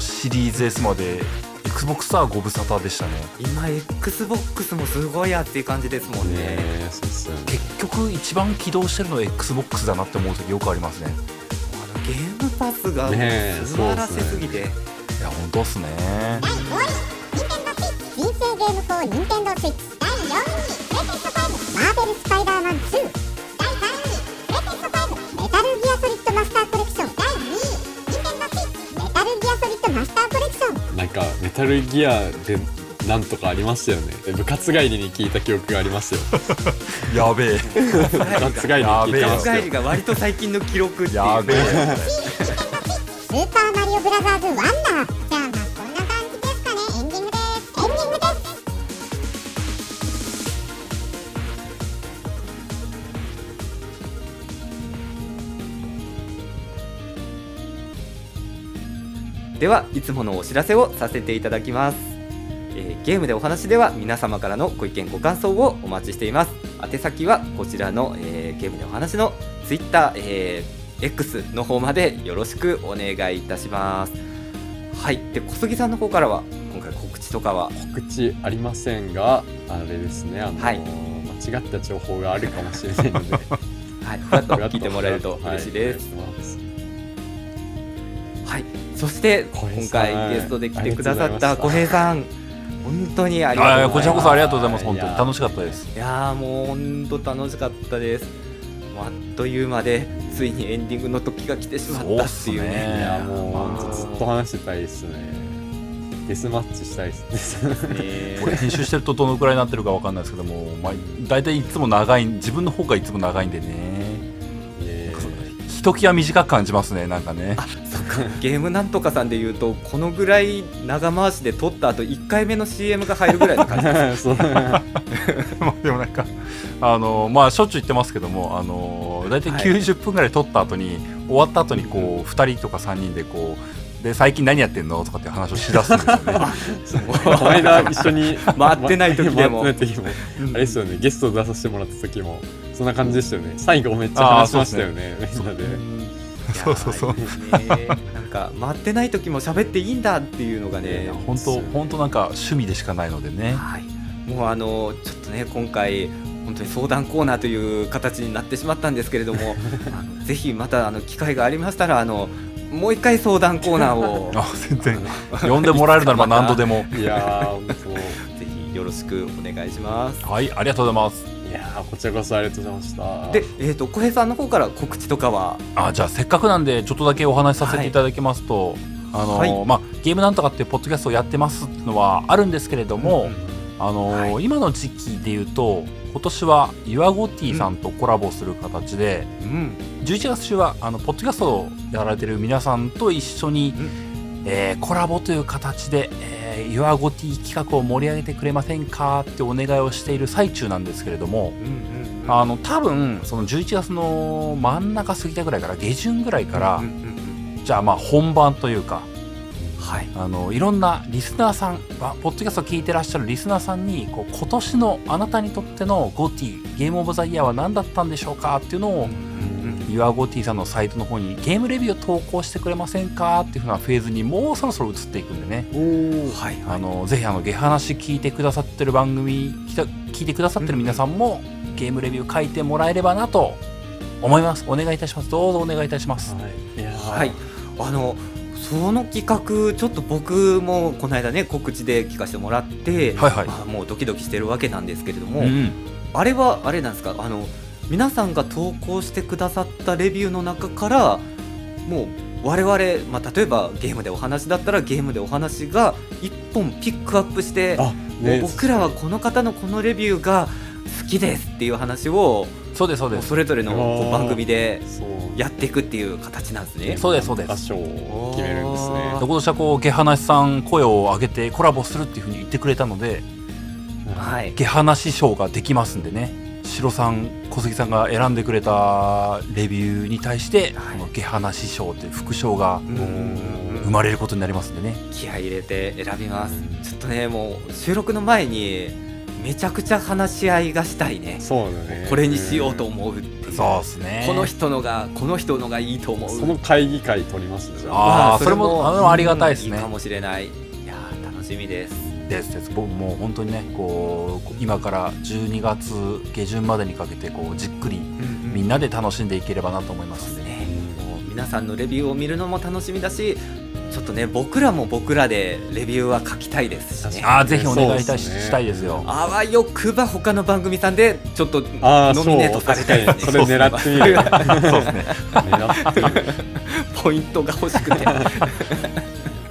S3: シリーズ S まで XBOX はご無沙汰でしたね
S1: 今 XBOX もすごいやっていう感じですもんね
S2: ねえそうっすよね
S3: 結局一番起動してるのは XBOX だなって思う時よくありますね
S1: あのゲームパスが
S2: ねえ
S1: 素晴らしすぎて、
S3: いや本当っすね
S4: 第5位、ニンテンドースイッチ人生ゲーム4ニンテンドースイッチ第4位、レテスト5マーベルスパイダーマン2第3位、レテスト5メタルギアソリッドマスターコレクション第2位、ニンテンドースイッチメタルギアソリッドマスターコレクション
S2: なんかメタルギアでなんとかありましたよねで部活帰りに聞いた記憶がありま すよ
S3: やべえ
S2: 部活帰りに聞いた
S3: や
S2: ま
S1: お
S2: す
S3: べ
S1: 帰
S2: よ
S1: りが割と最近の記録っていう
S3: やべえ
S4: スーパーマリオブラザーズワンダーじゃあまあこんな感じですかねエンディングですエンディングです
S1: ではいつものお知らせをさせていただきます、えーゲームでお話では皆様からのご意見ご感想をお待ちしています宛先はこちらの、えーゲームでお話の Twitter、えー X の方までよろしくお願いいたしますはいで小杉さんの方からは今回告知とかは
S2: 告知ありませんがあれですねあの、
S1: はい
S2: 間違った情報があるかもしれないので
S1: はいふわっと 聞いてもらえると嬉しいです
S2: はいお願いします
S1: はい、そして
S2: 小平さん
S1: 今回ゲストで来てくださった小平さん、本当にありが
S3: あ
S1: と
S3: あ
S1: う
S3: こ
S1: ご
S3: ち
S1: ざいま
S3: らこ
S1: す。
S3: そありがとうございます。
S2: いや
S3: 本当に楽しかったです。
S1: いやーもう本当楽しかったです。もうあっという間でついにエンディングの時が来てしまったっていう
S3: そうっす
S1: ね。
S3: ね
S2: いやも
S1: まあ
S2: うずっと話してたいですねデスマッチしたい ですね
S1: ね
S3: これ編集してるとどのくらいになってるかわかんないですけども、まあ、大体いつも長い自分の方がいつも長いんでね
S2: えー
S3: ひときわ短く感じますねなんかね
S1: そっかゲームなんとかさんで言うとこのぐらい長回しで撮った後1回目の CM が入るぐらいの感じ
S2: そう
S3: まあでもなんか あのまあしょっちゅう言ってますけどもあの大体
S1: はい
S3: 90分ぐらい撮った後に、終わった後にこう2人とか3人でこうで最近何やってんのとかっていう話をしだすんですよね
S2: この間一緒に
S1: 回ってない時でも
S2: 回ってない時もあれですよねゲスト出させてもらった時もそんな感じでしたよね最後めっちゃ話しましたよねみんなで
S3: そうそうそう
S1: いやーいいですねなんか待ってない時も喋っていいんだっていうのが
S3: いやい
S1: ね
S3: や本当本当なんか趣味でしかないのでね
S1: はい、もうあのちょっとね今回本当に相談コーナーという形になってしまったんですけれどもあのぜひまたあの機会がありましたらあのもう一回相談コーナーを
S3: あ全然呼んでもらえるならば何度で も
S2: いやー本
S1: ぜひよろしくお願いします。
S3: はいありがとうございます
S2: 当いやーこちらこそありがとうございました
S1: で、えー、と小平さんの方から告知とかは
S3: あじゃあせっかくなんでちょっとだけお話しさせていただきますと、あの
S1: はい
S3: まあ、ゲームなんとかっていうポッドキャストをやってますっていうのはあるんですけれども、あの
S1: は
S3: 今の時期でいうと今年はユアゴティさんとコラボする形で、
S1: うん、
S3: 11月中はあのポッドキャストをやられてる皆さんと一緒に、
S1: うん
S3: えーコラボという形で、えー、ユアゴティ企画を盛り上げてくれませんかってお願いをしている最中なんですけれども、
S1: うんうんうん
S3: あの多分その11月の真ん中過ぎたぐらいから下旬ぐらいから、
S1: うんうんうん
S3: じゃあまあ本番というか
S1: はい、
S3: あのいろんなリスナーさんあポッドキャストを聞いてらっしゃるリスナーさんにこう今年のあなたにとってのゴティゲームオブザイヤーは何だったんでしょうかっていうのを、ユアゴティさんのサイトの方にゲームレビューを投稿してくれませんかっていうふうなフェーズにもうそろそろ移っていくんでね
S1: はいはい
S3: あのぜひあの下話聞いてくださってる番組きた聞いてくださってる皆さんも、ゲームレビュー書いてもらえればなと思いますお願いいたしますどうぞお願いいたします、
S2: はいいやー
S1: はい、あのその企画ちょっと僕もこの間ね告知で聞かせてもらって、
S3: はいはい
S1: まあ、もうドキドキしてるわけなんですけれども、
S3: うん
S1: あれはあれなんですかあの皆さんが投稿してくださったレビューの中からもう我々、まあ、例えばゲームでお話だったらゲームでお話が1本ピックアップして、
S2: あね
S1: もう僕らはこの方のこのレビューが好きですっていう話を
S3: そうですそう
S1: も
S3: で
S1: う
S3: す
S1: それぞれのこう
S2: あー
S1: 番組で
S2: そう
S1: やっていくっていう形なんですね。
S3: そうですそうです
S2: 場所を決めるんですね
S1: あ
S3: 今年はこう下話さん声を上げてコラボするっていうふうに言ってくれたので
S1: はい、
S3: 下話賞ができますんでね白さん小杉さんが選んでくれたレビューに対して、
S1: はい
S3: この下話賞という副賞が
S1: うんうん
S3: 生まれることになりますんでね、
S1: 気合い入れて選びますちょっとねもう収録の前にめちゃくちゃ話し合いがしたいね
S2: そうだね
S1: これにしようと思うっていう
S3: そうですね
S1: この人のがこの人のがいいと思う
S2: その会議会取りますねじゃあ
S3: ああそれもあのありがたいです
S1: うん
S3: ね
S1: いいかもしれないいやー楽しみです
S3: ですです僕もう本当にねこう今から12月下旬までにかけてこうじっくりみんなで楽しんでいければなと思いますんでね、
S1: ねもう皆さんのレビューを見るのも楽しみだしちょっとね僕らも僕らでレビューは書きたいですしね
S2: 確かに
S3: ああぜひお願いいたし,、
S2: そうですね
S3: たいですよ
S1: あわよくば他の番組さんでちょっと
S2: あー
S1: ノミネートされたいですね
S2: そう確かにそれ狙ってみる
S1: そうすれば
S3: そうですね
S2: 狙ってる
S1: ポイントが欲しくて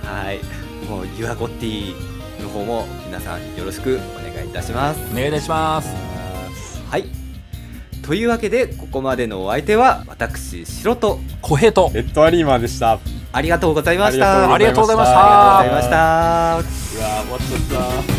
S1: はいもうユアゴッティの方も皆さんよろしくお願いいたします
S3: お願いいたします
S1: はいというわけでここまでのお相手は私白と
S3: 小平と
S2: レッドアリーマーでしたうわ
S1: ありがとうございまし
S2: あ
S1: た
S3: ありがとうございまし
S2: あ
S3: た
S1: ありがとうございました
S2: ー終わっちゃった